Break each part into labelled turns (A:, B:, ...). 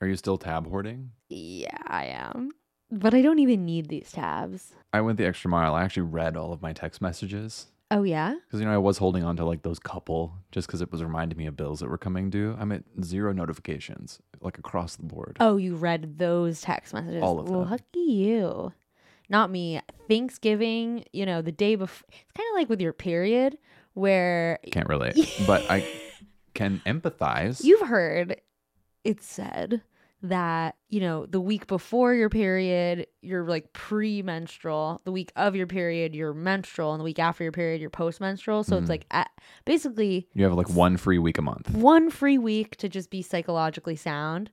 A: Are you still tab hoarding?
B: Yeah, I am. But I don't even need these tabs.
A: I went the extra mile. I actually read all of my text messages
B: Oh, yeah?
A: because you know I was holding on to like those couple just because it was reminding me of bills that were coming due. I'm at zero notifications like across the board.
B: Oh, you read those text messages.
A: All of
B: well,
A: them.
B: lucky you. Not me. Thanksgiving, you know, the day before. It's kind of like with your period where
A: Can't relate, but I can empathize.
B: You've heard it said that, you know, the week before your period, you're like pre menstrual. The week of your period, you're menstrual. And the week after your period, you're post menstrual. So
A: Mhm.
B: it's like at, basically
A: you have like one free week a month.
B: one free week to just be psychologically sound.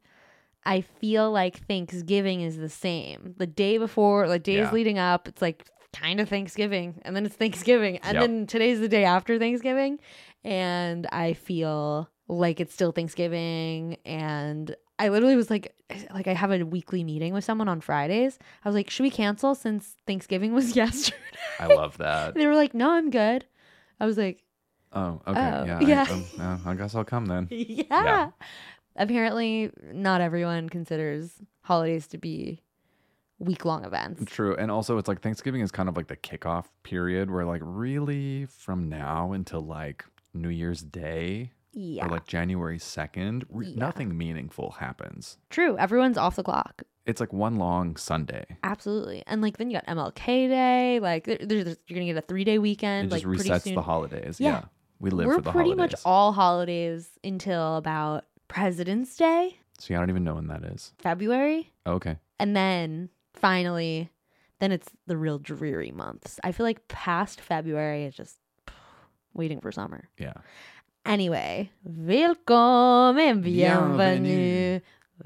B: I feel like Thanksgiving is the same. The day before, like days
A: Yeah.
B: leading up, it's like kind of Thanksgiving, and then it's Thanksgiving, and
A: Yep.
B: then today's the day after Thanksgiving, and I feel like it's still Thanksgiving and I literally was like like I have a weekly meeting with someone on Fridays. I was like, "Should we cancel since Thanksgiving was yesterday?"
A: I love that.
B: they were like, "No, I'm good." I was like,
A: Oh, okay.
B: Oh,
A: yeah.
B: yeah.
A: I, um, yeah, I guess I'll come then.
B: yeah. Apparently, not everyone considers holidays to be week long events.
A: True. And also, it's like Thanksgiving is kind of like the kickoff period where, like, really from now until like New Year's Day
B: Yeah.
A: or like January 2nd, re-
B: Yeah.
A: nothing meaningful happens.
B: True. Everyone's off the clock.
A: It's like one long Sunday.
B: Absolutely. And like, then you got MLK Day. Like, there, there's, there's- you're going to get a three day
A: It
B: weekend. like,
A: just
B: pretty
A: resets
B: soon.
A: the holidays. Yeah.
B: Yeah.
A: We live
B: We're
A: for the
B: pretty
A: holidays.
B: much all holidays until about President's Day,
A: See, I don't even know when that is. Oh,
B: February.
A: Okay.
B: And then finally, then it's the real dreary months. I feel like past February is just waiting for summer.
A: Yeah.
B: Anyway, welcome and
A: Bienvenue.
B: bienvenue.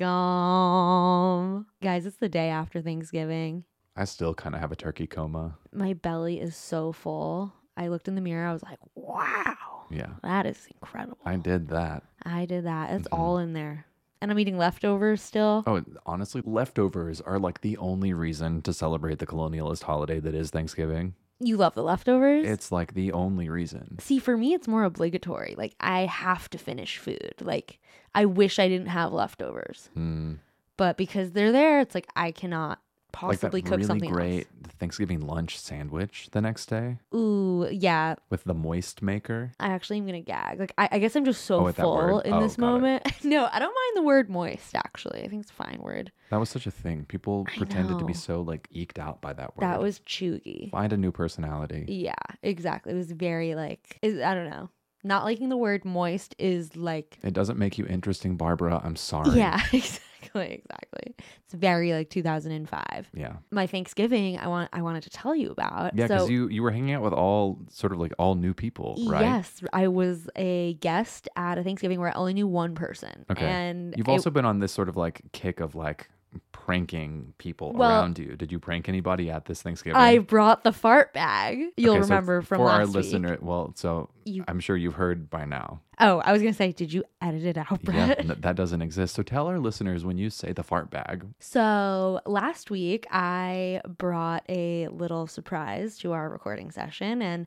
B: Welcome. Guys, it's the day after Thanksgiving.
A: I still kind of have a turkey coma.
B: My belly is so full. I looked in the mirror. I was like, wow,
A: Yeah.
B: that is incredible.
A: I did that.
B: I did that. It's
A: Mhm.
B: all in there. And I'm eating leftovers still.
A: Oh, honestly, leftovers are like the only reason to celebrate the colonialist holiday that is Thanksgiving.
B: You love the leftovers?
A: It's like the only reason.
B: See, for me, it's more obligatory. Like, I have to finish food. Like, I wish I didn't have leftovers.
A: Hmm.
B: But because they're there, it's like I cannot
A: like that
B: possibly cook
A: really
B: something
A: great Thanksgiving lunch sandwich the next day
B: else. Ooh, yeah.
A: with the moist maker.
B: I actually am gonna gag. Like I, I guess I'm just so
A: Oh, at that
B: full
A: word.
B: in
A: Oh,
B: this
A: got it.
B: moment. no, I don't mind the word moist. Actually, I think it's a fine word.
A: That was such a thing. People
B: I
A: pretended to be
B: know.
A: so like eked out by that word.
B: That was chuggy.
A: find a new personality.
B: Yeah, exactly. It was very like is, I don't know. Not liking the word moist is like
A: It doesn't make you interesting, Barbara. I'm sorry.
B: yeah, exactly, exactly. It's very like 2005.
A: Yeah.
B: My Thanksgiving, I want I wanted to tell you about.
A: Yeah, because
B: so
A: you you were hanging out with all sort of like all new people, right?
B: yes, I was a guest at a Thanksgiving where I only knew one person,
A: Okay.
B: and
A: You've
B: it-
A: also been on this sort of like kick of like pranking people
B: Well-
A: around you. Did you prank anybody at this Thanksgiving?
B: I brought the fart bag. You'll
A: Okay, so
B: remember from
A: for
B: last
A: our
B: week.
A: listener. Well, so
B: You-
A: I'm sure you've heard by now.
B: Oh, I was gonna say, did you edit it out,
A: Yeah,
B: Brett?
A: n- that doesn't exist. So tell our listeners when you say the fart bag,
B: So last week I brought a little surprise to our recording session, and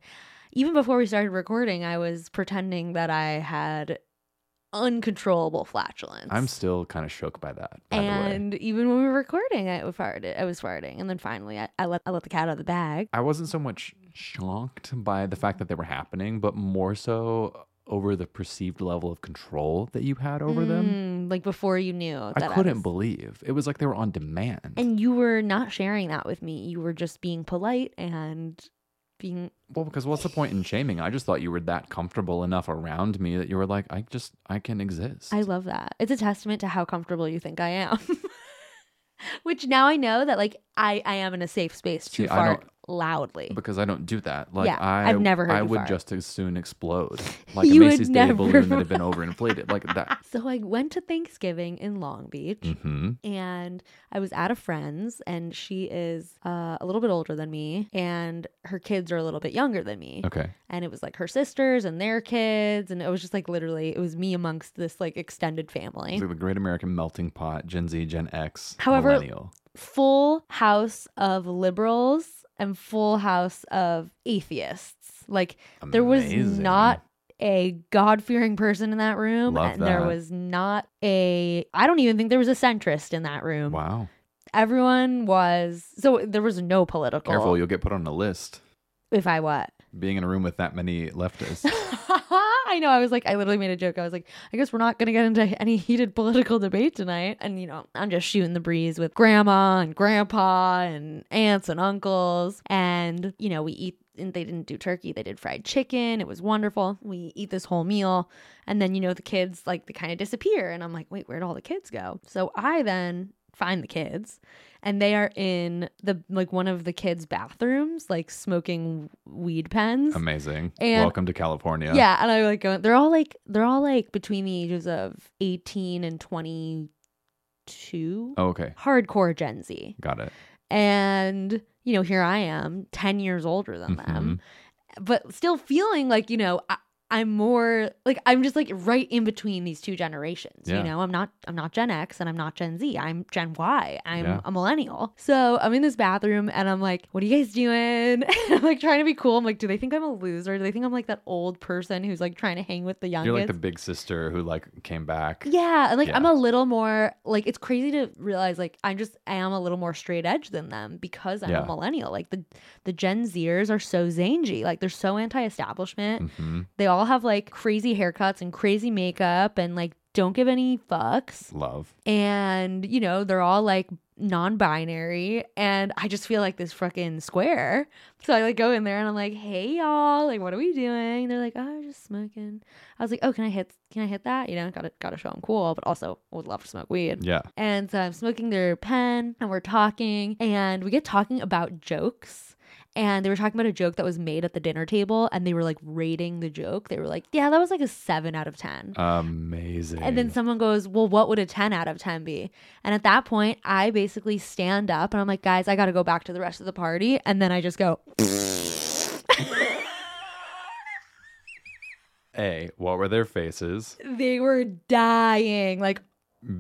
B: even before we started recording, I was pretending that I had uncontrollable flatulence.
A: I'm still kind of shook by that. By the way,
B: and even when we were recording, I farted. I was farting, and then finally, I, I let I let the cat out of the bag.
A: I wasn't so much shocked by the fact that they were happening, but more so over the perceived level of control that you had over them.
B: Mm, like before you knew.
A: I
B: that
A: couldn't
B: was-
A: believe it was like they were on demand.
B: And you were not sharing that with me. You were just being polite and being
A: well, because what's the point in shaming? I just thought you were that comfortable enough around me that you were like, I just I can exist.
B: I love that. It's a testament to how comfortable you think I am. Which now I know that like I I am in a safe space to
A: See, I
B: fart loudly.
A: because I don't do that. Like
B: Yeah,
A: I,
B: I've never heard
A: I
B: you
A: would
B: fart.
A: just as soon explode, like
B: You
A: a
B: would
A: Macy's Day
B: never.
A: balloon that had been overinflated, like that.
B: So I went to Thanksgiving in Long Beach
A: hmm
B: and I was at a friend's and she is uh, a little bit older than me and her kids are a little bit younger than me.
A: Okay.
B: and it was like her sisters and their kids and it was just like literally it was me amongst this like extended family
A: It's like the Great American Melting Pot, Gen Z, Gen X,
B: However-
A: Millennial.
B: full house of liberals and full house of atheists like there was
A: Amazing.
B: not a God fearing person in that room.
A: Love
B: and there
A: that.
B: was not a, I don't even think there was a centrist in that room.
A: Wow.
B: Everyone was, so there was no political.
A: Careful, you'll get put on a list.
B: If I what?
A: Being in a room with that many leftists.
B: I know. I was like, I literally made a joke. I was like, I guess we're not going to get into any heated political debate tonight. And, you know, I'm just shooting the breeze with grandma and grandpa and aunts and uncles. And, you know, we eat, and they didn't do turkey, they did fried chicken. It was wonderful. We eat this whole meal. And then, you know, the kids like they kind of disappear. And I'm like, wait, where'd all the kids go? So I then find the kids and they are in the like one of the kids' bathrooms, like smoking weed pens.
A: Amazing.
B: And-
A: Welcome to California.
B: Yeah, and I like go. They're all like they're all like between the ages of eighteen and twenty two.
A: Oh, okay.
B: Hardcore Gen Z,
A: Got it.
B: and you know here I am, ten years older than
A: Mm-hmm.
B: them, but still feeling like you know. I, I'm more like I'm just like right in between these two generations.
A: Yeah.
B: You know, I'm not I'm not Gen X and I'm not Gen Z. I'm Gen Y. I'm
A: Yeah.
B: a millennial. So I'm in this bathroom and I'm like, what are you guys doing? I'm like trying to be cool. I'm like, do they think I'm a loser? Do they think I'm like that old person who's like trying to hang with the young
A: You're like the
B: kids?
A: big sister who like came back.
B: yeah, and like I'm
A: Yeah.
B: a little more like it's crazy to realize like I'm just I am a little more straight edge than them because I'm
A: Yeah.
B: a millennial. Like the the Gen Zers are so zangy, like they're so anti-establishment.
A: hmm
B: They all have like crazy haircuts and crazy makeup and like don't give any fucks
A: Love.
B: and you know they're all like non-binary and i just feel like this fucking square so i like go in there and i'm like hey y'all like what are we doing they're like oh just smoking i was like oh can i hit can i hit that you know gotta gotta show i'm cool but also I would love to smoke weed
A: Yeah.
B: and so i'm smoking their pen and we're talking and we get talking about jokes and they were talking about a joke that was made at the dinner table and they were like rating the joke they were like yeah that was like a 7 out of 10
A: Amazing.
B: and then someone goes, Well, what would a 10 out of 10 be? And at that point, I basically stand up and I'm like, Guys, I got to go back to the rest of the party. And then I just go,
A: A, what were their faces?
B: They were dying. Like,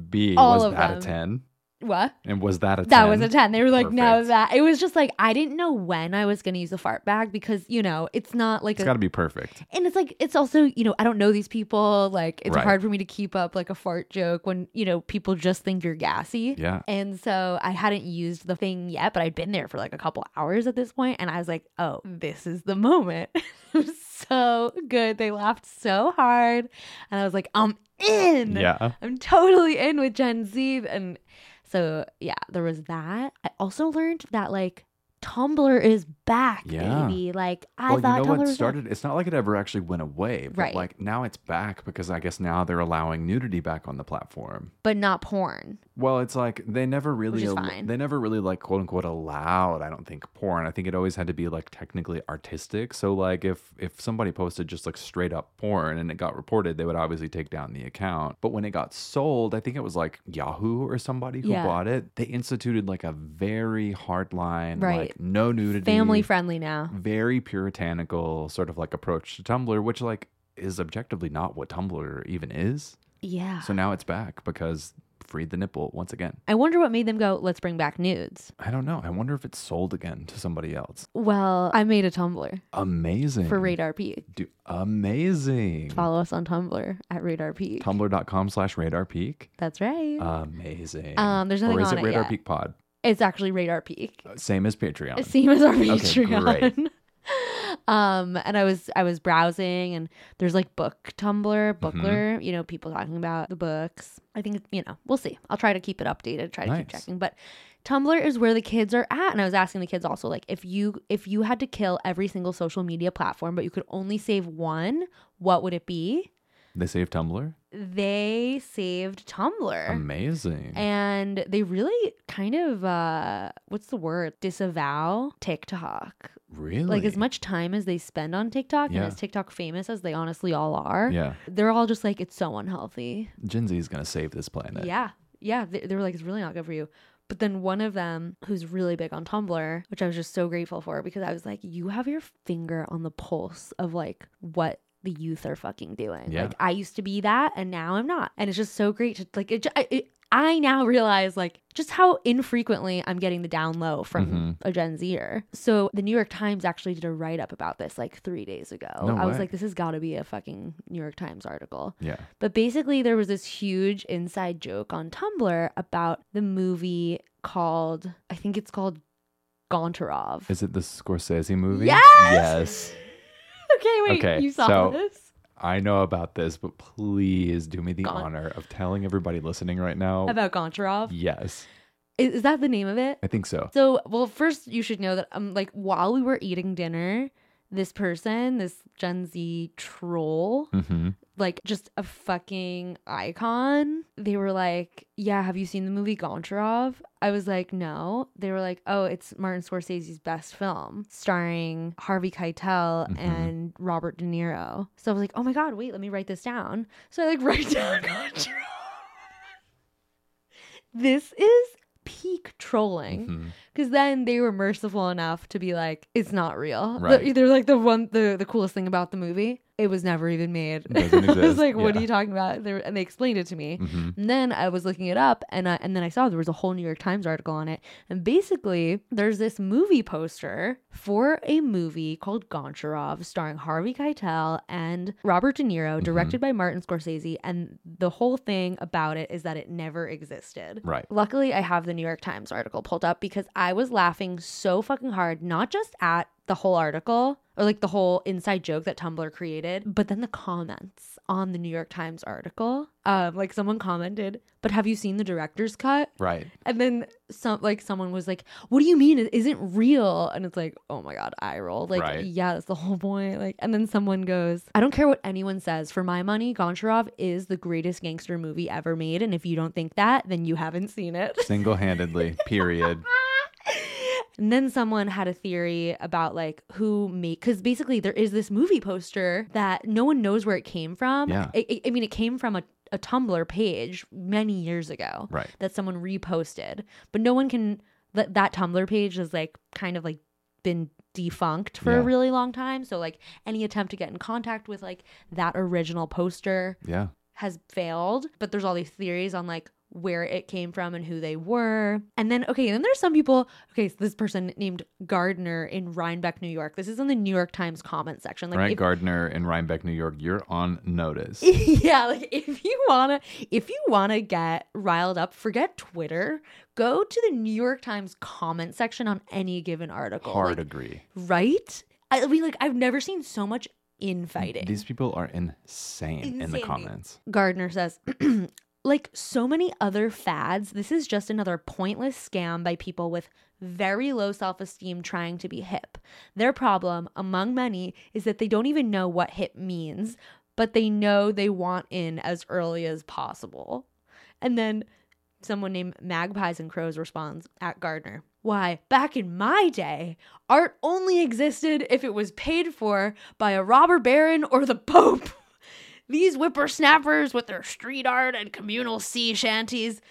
A: B,
B: All
A: was
B: of
A: that
B: them.
A: a 10?
B: what?
A: And was that a 10?
B: That was a 10. They were like, No,
A: Perfect.
B: that. It was just like, I didn't know when I was going to use the fart bag because, you know, it's not like
A: It's
B: a.
A: got to be perfect.
B: and it's like it's also you know i don't know these people like it's
A: Right.
B: hard for me to keep up like a fart joke when you know people just think you're gassy
A: Yeah.
B: And so I hadn't used the thing yet, but I'd been there for like a couple hours at this point, and I was like, "Oh, this is the moment." it was so good. They laughed so hard, and I was like, "I'm in.
A: Yeah.
B: I'm totally in with Gen Z." And so yeah, there was that. I also learned that like Tumblr is back,
A: Yeah.
B: baby. Like I
A: well, you
B: thought
A: know
B: Tumblr
A: what
B: was back.
A: started? It's not like it ever actually went away, but
B: Right.
A: like now it's back because I guess now they're allowing nudity back on the platform.
B: but not porn.
A: Well, it's like they never really
B: is
A: al-
B: fine.
A: they never really like quote unquote allowed. I don't think porn. I think it always had to be like technically artistic. So like if if somebody posted just like straight up porn and it got reported, they would obviously take down the account. But when it got sold, I think it was like Yahoo or somebody who
B: Yeah.
A: bought it. They instituted like a very hard line,
B: Right.
A: like no nudity,
B: Family friendly now.
A: very puritanical sort of like approach to Tumblr, which like is objectively not what Tumblr even is.
B: Yeah.
A: So now it's back because freed the nipple once again.
B: I wonder what made them go, "Let's bring back nudes."
A: I don't know. I wonder if it's sold again to somebody else.
B: Well, I made a Tumblr.
A: Amazing.
B: for Radar P.
A: Do, amazing.
B: Follow us on Tumblr at Radar P.
A: Tumblr.com slash radar peak.
B: That's right.
A: Amazing.
B: Um, there's nothing
A: Uh, Or is
B: on
A: it
B: it
A: radar
B: yet.
A: peak pod?
B: it's actually Radar Peak.
A: Uh, Same as Patreon.
B: Same as our
A: Okay,
B: Patreon. um, and I was I was browsing, and there's like book Tumblr,
A: Mm-hmm.
B: Bookler. You know, people talking about the books. I think you know. We'll see. I'll try to keep it updated. Try to
A: Nice.
B: keep checking, but. Tumblr is where the kids are at and I was asking the kids also like if you if you had to kill every single social media platform but you could only save one what would it be?
A: They save Tumblr.
B: They saved Tumblr.
A: Amazing.
B: and they really kind of uh what's the word disavow tiktok
A: really?
B: like as much time as they spend on tiktok
A: Yeah.
B: and as tiktok famous as they honestly all are
A: Yeah.
B: they're all just like it's so unhealthy
A: Gen Z is going to save this planet.
B: yeah yeah they, they were like it's really not good for you but then one of them who's really big on tumblr which i was just so grateful for because i was like you have your finger on the pulse of like what the youth are fucking doing
A: Yeah.
B: like i used to be that and now i'm not and it's just so great to like it, ju- I- it I now realize like just how infrequently I'm getting the down low from
A: Mhm.
B: a Gen Zer. So the New York Times actually did a write up about this like three days ago.
A: No
B: I was
A: way.
B: like, this has got to be a fucking New York Times article.
A: Yeah.
B: But basically, there was this huge inside joke on Tumblr about the movie called, I think it's called Gontarov.
A: Is it the Scorsese movie?
B: Yes!
A: Yes.
B: okay, wait,
A: Okay,
B: you saw
A: so-
B: this?
A: I know about this, but please do me the
B: Gone.
A: honor of telling everybody listening right now.
B: About Gontarov?
A: yes.
B: Is, is that the name of it?
A: I think so.
B: So, well, first you should know that um, like while we were eating dinner, this person, this Gen Z troll,
A: Mm-hmm.
B: like just a fucking icon. They were like, "Yeah, have you seen the movie Goncharov?" I was like, "No." They were like, "Oh, it's Martin Scorsese's best film, starring Harvey Keitel
A: Mhm.
B: and Robert De Niro." So I was like, "Oh my god, wait, let me write this down." So I like write down Goncharov. this is peak trolling
A: Mm-hmm.
B: because then they were merciful enough to be like, "It's not real." The-
A: Right.
B: they're like the one, the the coolest thing about the movie. It was never even made.
A: Doesn't
B: I was
A: exist,
B: like, "What are
A: yeah.
B: you talking about?" They were, and they explained it to me.
A: hmm
B: And then I was looking it up, and I, and then I saw there was a whole New York Times article on it. And basically, there's this movie poster for a movie called Goncharov, starring Harvey Keitel and Robert De
A: Mm-hmm.
B: Niro, directed by Martin Scorsese. And the whole thing about it is that it never existed.
A: Right.
B: Luckily, I have the New York Times article pulled up because I was laughing so fucking hard, not just at the whole article or like the whole inside joke that Tumblr created, but then the comments on the New York Times article. Um, like someone commented, "But have you seen the director's cut?"
A: Right.
B: And then some, like someone was like, "What do you mean it isn't real?" And it's like, "Oh my god, I roll." Like,
A: Right.
B: yeah, that's the whole point. Like, and then someone goes, "I don't care what anyone says. For my money, Goncharov is the greatest gangster movie ever made. And if you don't think that, then you haven't seen it."
A: Single handedly, period.
B: and then someone had a theory about like who made because basically there is this movie poster that no one knows where it came from.
A: Yeah.
B: I, I- I mean, it came from a, a Tumblr page many years ago
A: Right.
B: that someone reposted, but no one can that that Tumblr page has like kind of like been defunct for a
A: Yeah.
B: really long time. So like any attempt to get in contact with like that original poster
A: Yeah.
B: has failed, but there's all these theories on like where it came from and who they were. And then, okay, then there's some people. Okay, so this person named Gardner in Rhinebeck, New York. This is in the New York Times comment section. Like,
A: All right,
B: if-
A: Gardner in Rhinebeck, New York, you're on notice.
B: yeah, like if you wanna, if you wanna get riled up, forget Twitter. Go to the New York Times comment section on any given article.
A: Hard
B: Like,
A: agree.
B: right? I mean, like I've never seen so much infighting.
A: These people are insane in the
B: Insanity.
A: comments.
B: Gardner says, like so many other fads, this is just another pointless scam by people with very low self esteem trying to be hip. Their problem, among many, is that they don't even know what hip means, but they know they want in as early as possible. And then someone named Magpies and Crows responds at Gardner. Why, back in my day, art only existed if it was paid for by a robber baron or the Pope. These whippersnappers with their street art and communal sea shanties,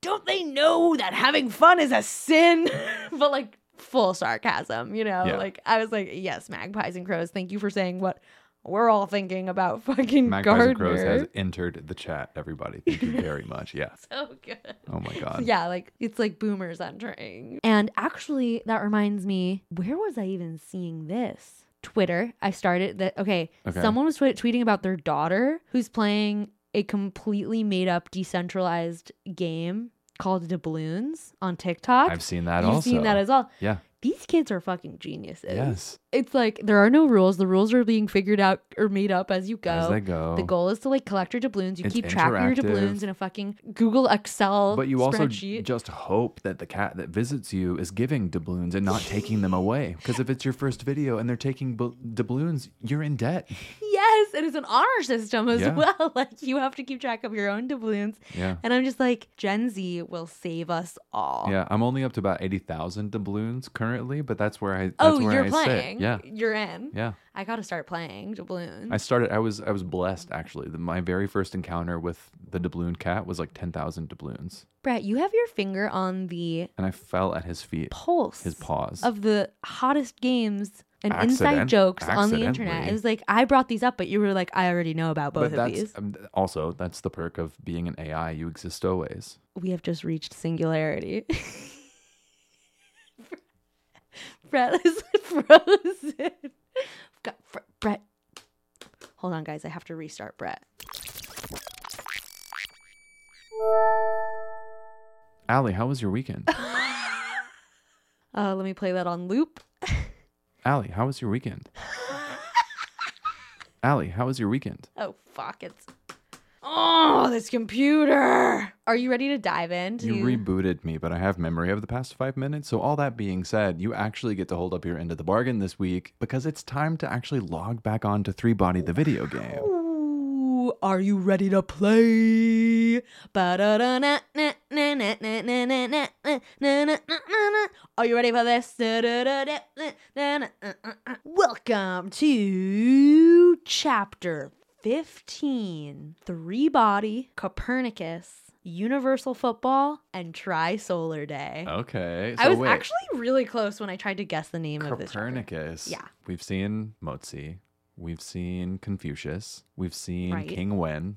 B: don't they know that having fun is a sin? but like full sarcasm, you know?
A: Yeah.
B: Like I was like, yes, magpies and crows, thank you for saying what we're all thinking about fucking
A: Magpies
B: Gardner.
A: and Crows has entered the chat, everybody. Thank you very much. Yeah.
B: so good.
A: Oh my God.
B: Yeah, like it's like boomers entering. And actually, that reminds me, where was I even seeing this? Twitter. I started that. Okay,
A: Okay.
B: someone was twe- tweeting about their daughter who's playing a completely made up decentralized game called Doubloons on TikTok.
A: I've seen that
B: You've
A: also.
B: seen that as well.
A: Yeah.
B: These kids are fucking geniuses.
A: Yes.
B: It's like there are no rules. The rules are being figured out or made up as you go.
A: As they go.
B: The goal is to like collect your doubloons. You
A: It's
B: keep track of your
A: interactive.
B: doubloons in a fucking Google Excel
A: But you also j-
B: spreadsheet.
A: just hope that the cat that visits you is giving doubloons and not taking them away. Because if it's your first video and they're taking bu- doubloons, you're in debt.
B: yes, it is an honor system as
A: Yeah.
B: well. Like you have to keep track of your own doubloons.
A: Yeah.
B: And I'm just like, Gen Z will save us all.
A: Yeah, I'm only up to about eighty thousand doubloons currently, but that's where I. That's
B: Oh,
A: where
B: you're
A: I sit.
B: playing. Mm-hmm.
A: Yeah,
B: You're in.
A: yeah.
B: I gotta start playing doubloons.
A: I started. I was. I was blessed actually. The, my very first encounter with the doubloon cat was like ten thousand doubloons,
B: Brett, you have your finger on the
A: and I fell at his feet,
B: pulse
A: his paws.
B: of the hottest games and inside
A: Accident-
B: jokes on the internet.
A: accidentally.
B: It was like I brought these up, but you were like, I already know about both
A: but
B: of
A: that's
B: these.
A: um, also that's the perk of being an AI. You exist always.
B: We have just reached singularity. Brett is frozen. Got fr- Brett. Hold on, guys. I have to restart Brett.
A: Allie, how was your weekend?
B: Uh, let me play that on loop.
A: Allie, how was your weekend? Allie, how was your weekend?
B: Oh fuck! It's oh this computer. Are you ready to dive in? to
A: You
B: the-
A: rebooted me, but I have memory of the past five minutes. So, all that being said, you actually get to hold up your end of the bargain this week because it's time to actually log back on to Three Body the video game.
B: Ooh, are you ready to play? Are you ready for this? Welcome to chapter 15 Three Body, Copernicus, Universal Football, and Tri Solar Day.
A: Okay. So
B: I was
A: wait,
B: actually really close when I tried to guess the name of this. chapter.
A: Copernicus.
B: Yeah.
A: We've seen Motzi. We've seen Confucius. We've seen
B: Right.
A: King Wen.
B: Mhm.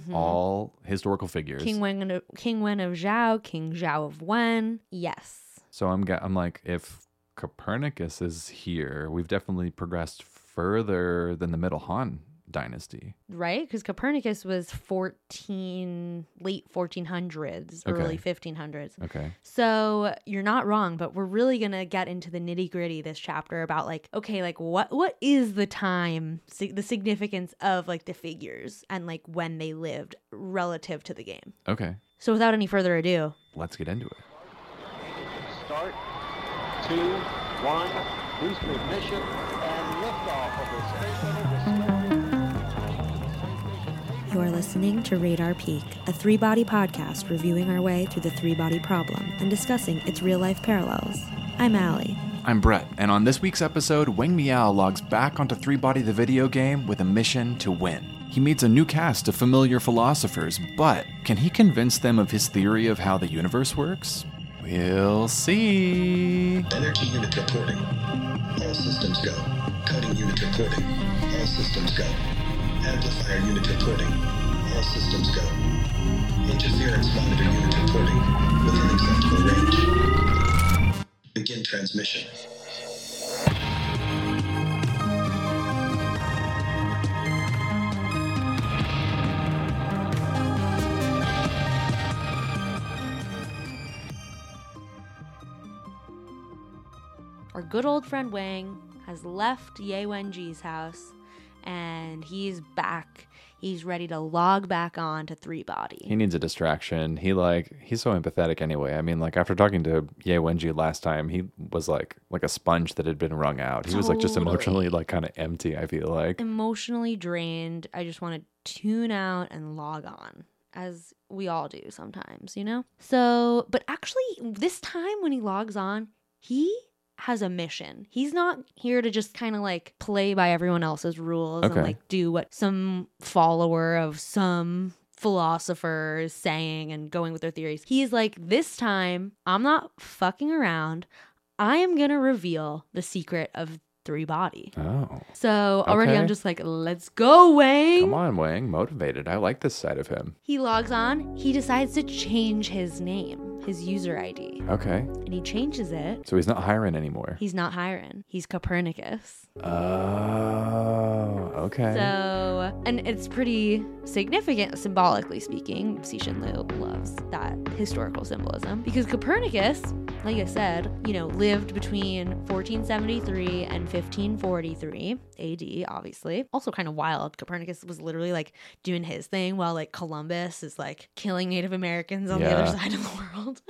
A: Mm-hmm. All historical figures.
B: King Wen of, King Wen of Zhao, King Zhao of Wen. Yes.
A: So I'm ga- I'm like if Copernicus is here, we've definitely progressed further than the Middle Han dynasty.
B: Right? Because Copernicus was 14, late 1400s, early
A: Okay.
B: 1500s.
A: Okay.
B: So you're not wrong, but we're really gonna get into the nitty gritty this chapter about like, okay, like what what is the time, sig- the significance of like the figures and like when they lived relative to the game.
A: Okay.
B: So without any further ado,
A: Let's get into it.
C: Start, two, one, boost ignition, and liftoff of the Space Shuttle Discovery.
D: You are listening to Radar Peak, a three body podcast reviewing our way through the three body problem and discussing its real life parallels. I'm Allie.
A: I'm Brett, and on this week's episode, Wang Miao logs back onto Three Body the video game with a mission to win. He meets a new cast of familiar philosophers, but can he convince them of his theory of how the universe works? We'll see.
E: Energy unit reporting. All systems go. Coding unit reporting. All systems go. Amplifier unit reporting. All systems go. Interference monitor unit reporting. Within acceptable range. Begin transmission.
B: our good old friend Wang has left Ye Wenji's house and he's back. He's ready to log back on to Three Body.
A: He needs a distraction. He like he's so empathetic anyway. I mean, like after talking to Ye Wenji last time, he was like like a sponge that had been wrung out. He was like just
B: Totally.
A: emotionally like kind of empty. I feel like
B: Emotionally drained. I just want to tune out and log on, as we all do sometimes, you know? So, but actually, this time when he logs on, he has a mission. He's not here to just kind of like play by everyone else's rules
A: Okay.
B: and like do what some follower of some philosopher is saying and going with their theories. He's like, this time, I'm not fucking around. I am going to reveal the secret of three body.
A: oh.
B: So already
A: Okay.
B: I'm just like, let's go,
A: Come
B: Wang.
A: on, Wang, motivated. I like this side of him.
B: He logs on. He decides to change his name, his user ID,
A: Okay.
B: and he changes it.
A: So he's not hiring anymore.
B: He's not Hiron. He's Copernicus.
A: Oh, okay.
B: So, and it's pretty significant, symbolically speaking. Cixin Liu loves that historical symbolism because Copernicus, like I said, you know, lived between 1473 and 1543 AD, obviously. Also, kind of wild. Copernicus was literally like doing his thing while like Columbus is like killing Native Americans on the
A: Yeah.
B: other side of the world.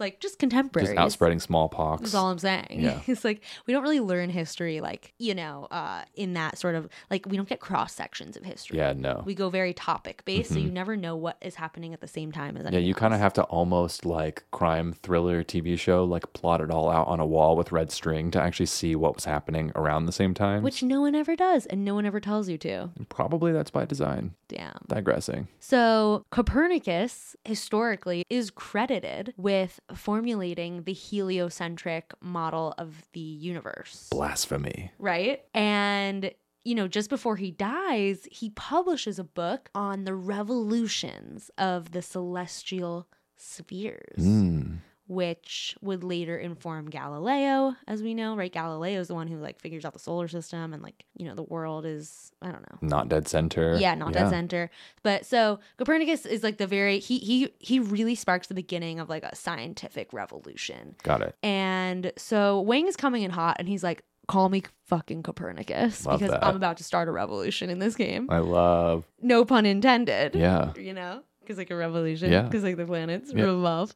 B: Like, just contemporaries.
A: Just out spreading smallpox.
B: That's all I'm saying.
A: Yeah.
B: it's like we don't really learn history, like you know, uh, in that sort of like we don't get cross sections of history.
A: yeah, no. Mm-hmm.
B: we go very topic based, so you never know what is happening at the same time as.
A: Yeah, you kind of
B: of
A: have to almost like crime thriller TV show, like plot it all out on a wall with red string to actually see what was happening around the same time.
B: which no one ever does, and no one ever tells you to.
A: probably that's by design.
B: Damn.
A: Digressing.
B: So Copernicus historically is credited with formulating the heliocentric model of the universe.
F: Blasphemy.
B: Right? And, you know, just before he dies, he publishes a book on the revolutions of the celestial spheres
A: Hmm.
F: Mm.
B: which would later inform Galileo, as we know, right? Galileo is the one who like figures out the solar system and like, you know, the world is, I don't know.
F: Not dead center.
B: Yeah, not dead center. But so Copernicus is like the very he he he really sparks the beginning of like a scientific revolution.
F: Got it.
B: And so Wang is coming in hot and he's like, call me fucking Copernicus
F: Love
B: because
F: that.
B: I'm about to start a revolution in this game.
F: I love.
B: No pun intended.
F: Yeah.
B: You know? Because like a revolution.
F: Yeah.
B: Because like the planets
F: Yeah.
B: revolve.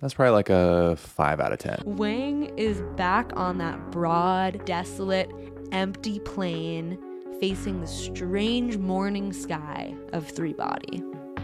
F: That's probably like a five out of 10.
B: Wang is back on that broad, desolate, empty plain facing the strange morning sky of Three Body,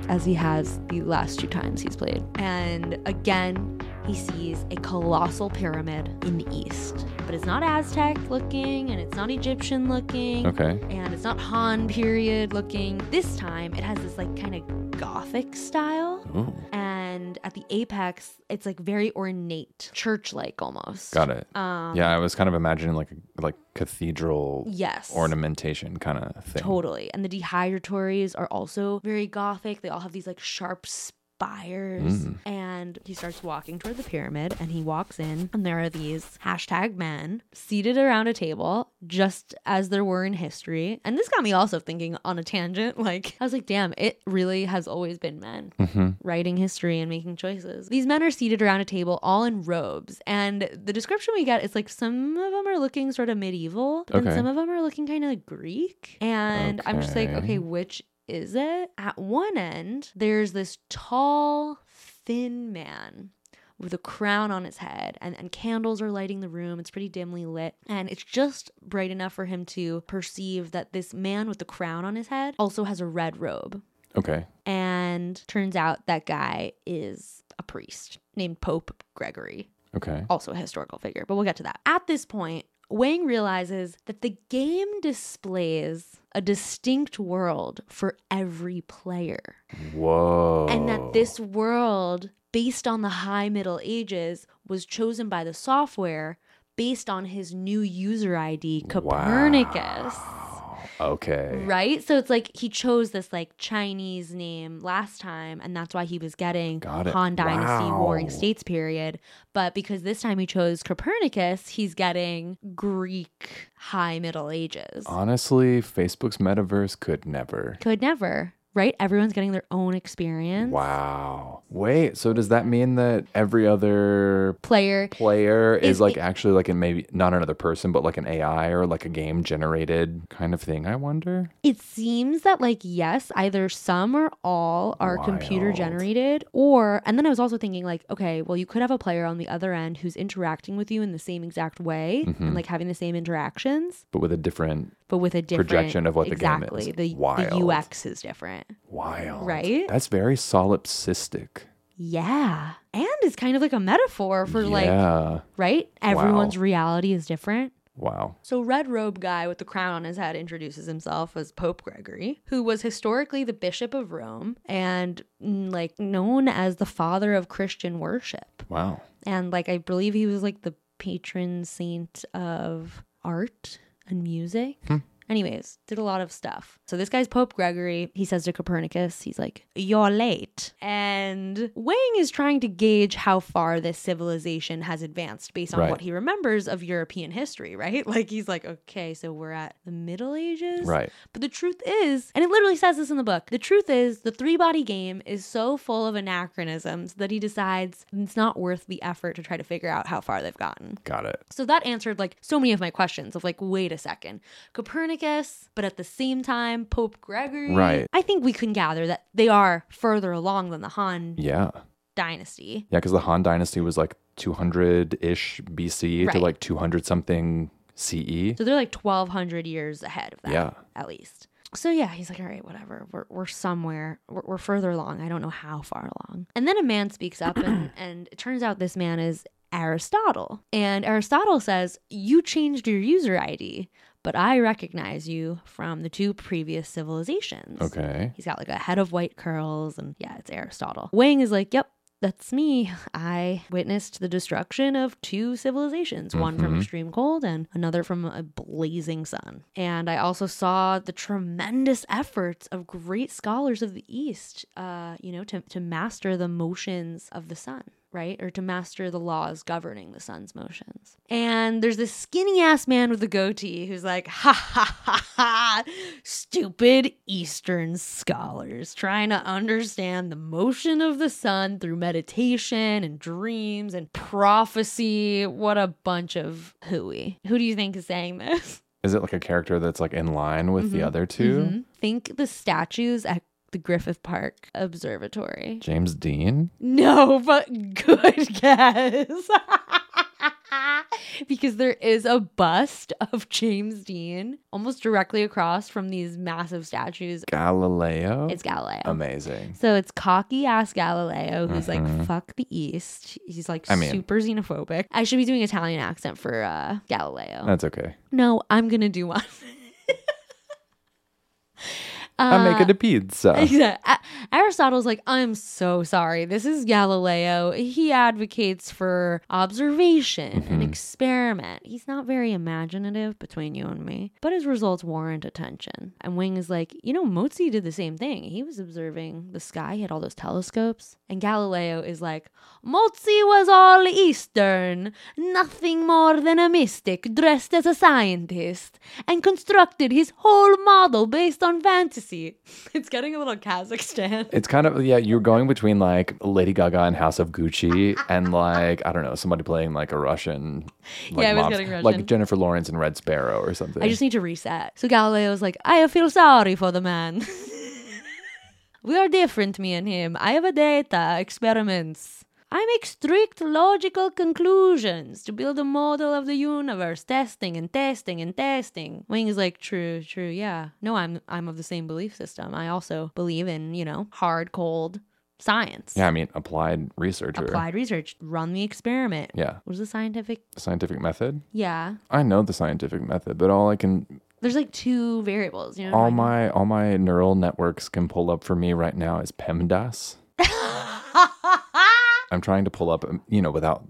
B: as he has the last two times he's played. And again, he sees a colossal pyramid in the east. But it's not Aztec looking, and it's not Egyptian looking,
F: Okay.
B: and it's not Han period looking. This time, it has this like kind of gothic style
F: Ooh.
B: and at the apex it's like very ornate church like almost
F: Got it.
B: um
F: yeah, I was kind of imagining like a, like cathedral
B: yes
F: ornamentation kind of thing.
B: totally and the dehydratories are also very gothic they all have these like sharp spires
F: Mm.
B: and he starts walking toward the pyramid and he walks in and there are these hashtag men seated around a table just as there were in history and this got me also thinking on a tangent like i was like damn it really has always been men
F: hmm
B: writing history and making choices. These men are seated around a table, all in robes, and the description we get is like some of them are looking sort of medieval, and
F: Okay.
B: some of them are looking kind of like Greek. And I'm just like,
F: Okay.
B: okay, which is it? At one end, there's this tall, thin man with a crown on his head and, and candles are lighting the room it's pretty dimly lit and it's just bright enough for him to perceive that this man with the crown on his head also has a red robe
F: Okay.
B: and turns out that guy is a priest named Pope Gregory,
F: Okay.
B: also a historical figure, but we'll get to that. At this point, Wang realizes that the game displays a distinct world for every player,
F: Whoa.
B: and that this world, based on the high Middle Ages, was chosen by the software based on his new user ID, Copernicus.
F: Wow. Okay.
B: Right? So it's like he chose this like Chinese name last time, and that's why he was getting
F: Got it.
B: Han Dynasty, Warring
F: Wow.
B: States period. But because this time he chose Copernicus, he's getting Greek High Middle Ages.
F: Honestly, Facebook's metaverse could never.
B: Could never, right? Everyone's getting their own experience.
F: Wow. Wait, so does that mean that every other
B: Player.
F: player is,
B: Is
F: like
B: it-
F: actually like in maybe not another person, but like an AI or like a game generated kind of thing? I wonder.
B: It seems that, like, yes, either some or all are computer
F: Wild.
B: generated, or, and then I was also thinking, like, okay, well, you could have a player on the other end who's interacting with you in the same exact way and
F: Mhm.
B: like having the same interactions,
F: But with a different
B: but with a different
F: Projection of what the game
B: exactly.
F: is.
B: The,
F: Wild.
B: the UX is different.
F: wild.
B: Right?
F: That's very solipsistic.
B: Yeah. And it's kind of like a metaphor for like,
F: Yeah.
B: right? Everyone's reality is different.
F: Wow.
B: So, red robe guy with the crown on his head introduces himself as Pope Gregory, who was historically the Bishop of Rome and mm, like known as the father of Christian worship.
F: Wow.
B: And like, I believe he was like the patron saint of art and music. Anyways, did a lot of stuff. So this guy's Pope Gregory. He says to Copernicus, he's like, You're late. And Wang is trying to gauge how far this civilization has advanced based on
F: Right.
B: what he remembers of European history, right? Like, he's like, Okay, so we're at the Middle Ages.
F: Right.
B: But the truth is, and it literally says this in the book the truth is, the three body game is so full of anachronisms that he decides it's not worth the effort to try to figure out how far they've gotten.
F: Got it.
B: So that answered like so many of my questions of like, wait a second, Copernicus, but at the same time, Pope Gregory.
F: Right.
B: I think we can gather that they are further along than the Han
F: Yeah.
B: dynasty.
F: Yeah, because the Han Dynasty was like 200 ish BC to
B: Right.
F: like 200 something CE.
B: So they're like 1200 years ahead of that,
F: Yeah.
B: at least. So yeah, he's like, all right, whatever. We're, we're somewhere. We're, we're further along. I don't know how far along. And then a man speaks up, and, and it turns out this man is Aristotle. And Aristotle says, You changed your user ID, but I recognize you from the two previous civilizations.
F: Okay.
B: He's got like a head of white curls, and yeah, it's Aristotle. Wang is like, yep. That's me. I witnessed the destruction of two civilizations, one from
F: Mhm.
B: extreme cold and another from a blazing sun. And I also saw the tremendous efforts of great scholars of the East, uh, you know, to, to master the motions of the sun, right? Or to master the laws governing the sun's motions. And there's this skinny ass man with a goatee who's like, ha ha ha ha, stupid Eastern scholars trying to understand the motion of the sun through meditation and dreams and prophecy. What a bunch of hooey. Who do you think is saying this?
F: Is it like a character that's like in line with the
B: Mhm.
F: other 2
B: Mhm. Think the statues at the Griffith Park Observatory.
F: James Dean?
B: No, but good guess. because there is a bust of James Dean almost directly across from these massive statues.
F: Galileo?
B: It's Galileo.
F: amazing.
B: So it's cocky ass Galileo who's
F: Mhm.
B: like, fuck the East. He's like
F: I mean-
B: super xenophobic. I should be doing Italian accent for uh, Galileo.
F: That's okay.
B: no, I'm going to do one.
F: I'm
B: Uh,
F: making a pizza.
B: Exact- A- Aristotle's like, I'm so sorry. This is Galileo. He advocates for observation and
F: Mhm.
B: experiment. He's not very imaginative between you and me, but his results warrant attention. And Wing is like, you know, Mozzi did the same thing. He was observing the sky, he had all those telescopes. And Galileo is like, Mozzi was all Eastern, nothing more than a mystic dressed as a scientist, and constructed his whole model based on fantasy. It's getting a little Kazakhstan.
F: It's kind of yeah, you're going between like Lady Gaga and House of Gucci and like I don't know, somebody playing like a Russian like
B: Yeah, I was
F: mobs-
B: getting
F: like
B: Russian.
F: Jennifer Lawrence and Red Sparrow or something.
B: I just need to reset. So Galileo is like, I feel sorry for the man. we are different, me and him. I have a data, experiments. I make strict logical conclusions to build a model of the universe, testing and testing and testing. Wing is like, true, true, yeah. No, I'm I'm of the same belief system. I also believe in, you know, hard, cold science.
F: yeah, I mean applied researcher.
B: Applied research. Run the experiment.
F: Yeah.
B: What is the scientific?
F: Scientific method.
B: Yeah.
F: I know the scientific method, but all I can
B: There's like two variables, you know.
F: all
B: like-
F: Oh my all my neural networks can pull up for me right now is PEMDAS. I'm trying to pull up um, you know, without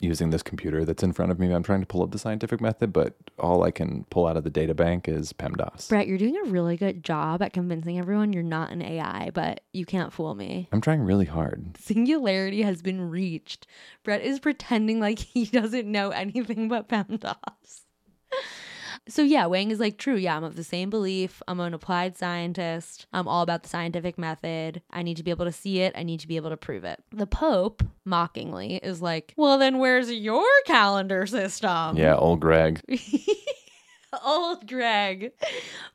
F: using this computer that's in front of me. I'm trying to pull up the scientific method, but all I can pull out of the data bank is PEMDAS.
B: Brett, you're doing a really good job at convincing everyone you're not an AI, but you can't fool me.
F: I'm trying really hard.
B: Singularity has been reached. Brett is pretending like he doesn't know anything but PEMDAS. So yeah, Wang is like, true, yeah, I'm of the same belief. I'm an applied scientist. I'm all about the scientific method. I need to be able to see it. I need to be able to prove it. The Pope, mockingly, is like, well, then where's your calendar system?
F: Yeah, old Greg.
B: old Greg.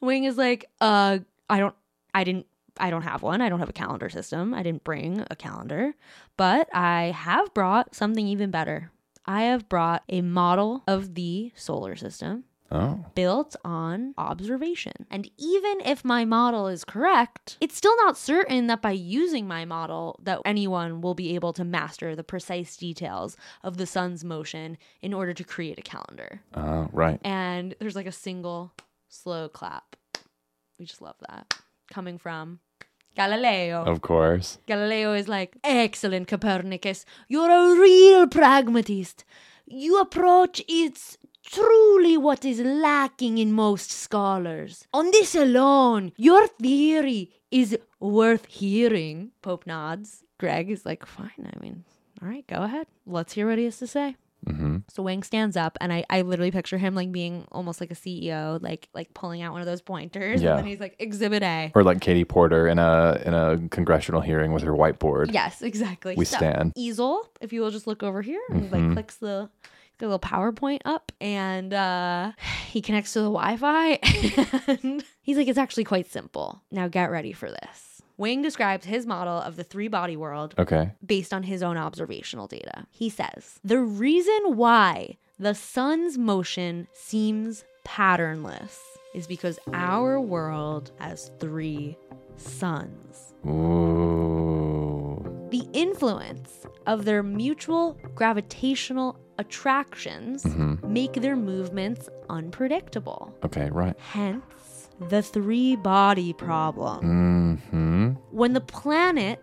B: Wing is like, uh, I don't, I didn't, I don't have one. I don't have a calendar system. I didn't bring a calendar, but I have brought something even better. I have brought a model of the solar system
F: Oh.
B: built on observation. And even if my model is correct, it's still not certain that by using my model that anyone will be able to master the precise details of the sun's motion in order to create a calendar
F: Uh, right.
B: and there's like a single slow clap. We just love that. Coming from Galileo.
F: Of course.
B: Galileo is like, Excellent, Copernicus. You're a real pragmatist. You approach it's truly what is lacking in most scholars. On this alone, your theory is worth hearing. Pope nods. Greg is like, Fine, I mean, all right, go ahead. Let's hear what he has to say.
F: hmm
B: So Wang stands up, and I, I literally picture him like being almost like a CEO, like like pulling out one of those pointers,
F: Yeah.
B: and then he's like, "Exhibit A."
F: Or like Katie Porter in a in a congressional hearing with her whiteboard.
B: Yes, exactly.
F: We stand.
B: Easel, if you will just look over here, and like
F: Mhm.
B: clicks the, the little PowerPoint up, and uh, he connects to the Wi-Fi, and he's like, "It's actually quite simple." Now get ready for this. Wang describes his model of the three body world
F: Okay.
B: based on his own observational data. He says, The reason why the sun's motion seems patternless is because our world has three suns.
F: Ooh.
B: the influence of their mutual gravitational attractions make their movements unpredictable.
F: Mm-hmm. Okay, right.
B: Hence, the three body problem.
F: Mm-hmm.
B: When the planet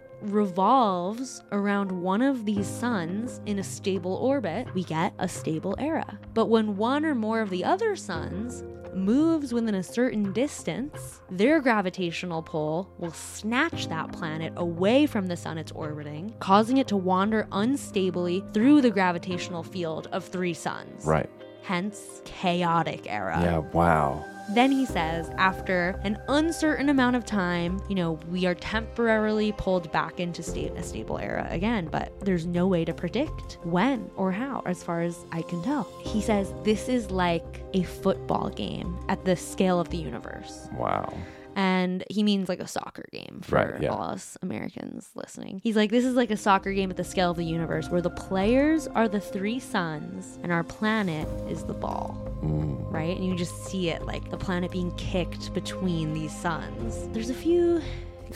B: revolves around one of these suns in a stable orbit, we get a stable era. But when one or more of the other suns moves within a certain distance, their gravitational pull will snatch that planet away from the sun it's orbiting, causing it to wander unstably through the gravitational field of three suns.
F: Right.
B: Hence, chaotic era.
F: Yeah, wow.
B: Then he says, after an uncertain amount of time, you know, we are temporarily pulled back into sta- a stable era again, but there's no way to predict when or how, as far as I can tell. He says, this is like a football game at the scale of the universe.
F: Wow.
B: And he means like a soccer game for
F: Right, yeah.
B: all us Americans listening. He's like, this is like a soccer game at the scale of the universe where the players are the three suns and our planet is the ball
F: Mm.
B: right? And you just see it like the planet being kicked between these suns. There's a few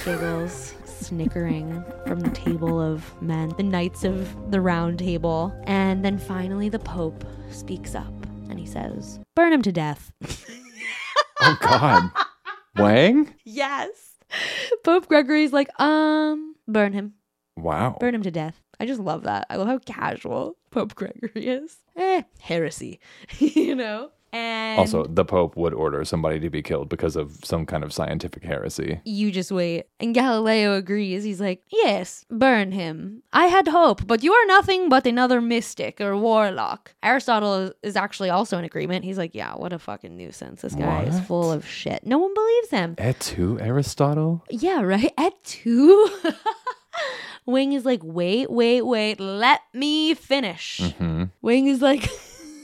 B: giggles, snickering from the table of men, the knights of the round table. And then finally, the Pope speaks up and he says, Burn him to death.
F: Oh God. Wang?
B: yes. Pope Gregory's like, Um, burn him,
F: Wow.
B: burn him to death. I just love that. I love how casual Pope Gregory is. Eh, heresy, you know? And
F: Also, the Pope would order somebody to be killed because of some kind of scientific heresy.
B: you just wait. And Galileo agrees. He's like, Yes, burn him. I had hope, but you are nothing but another mystic or warlock. Aristotle is actually also in agreement. He's like, Yeah, what a fucking nuisance. This guy is
F: What?
B: full of shit. No one believes him.
F: Et tu, Aristotle?
B: Yeah, right? At two? Wing is like, Wait, wait, wait. Let me finish.
F: Mm-hmm.
B: Wing is like,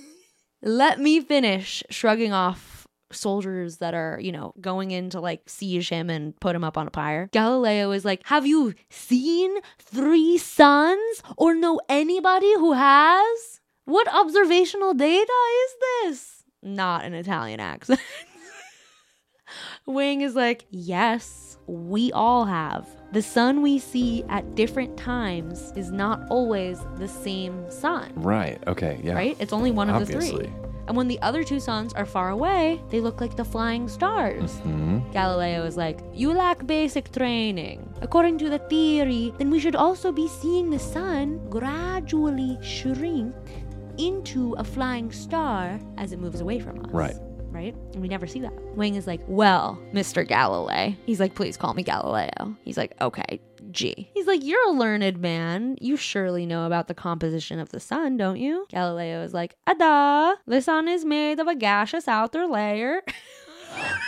B: let me finish, shrugging off soldiers that are, you know, going in to like siege him and put him up on a pyre. Galileo is like, have you seen three suns or know anybody who has? What observational data is this? Not an Italian accent. Wing is like, yes, we all have. The sun we see at different times is not always the same sun
F: Right. Okay. Yeah.
B: right? It's only one of the
F: Obviously.
B: three. And when the other two suns are far away, they look like the flying stars.
F: hmm
B: Galileo is like, You lack basic training. According to the theory, then we should also be seeing the sun gradually shrink into a flying star as it moves away from us.
F: Right.
B: Right? And we never see that. Wing is like, Well, Mr. Galileo. He's like, Please call me Galileo. He's like, Okay, G. He's like, You're a learned man. You surely know about the composition of the sun, don't you? Galileo is like, Ada, the sun is made of a gaseous outer layer.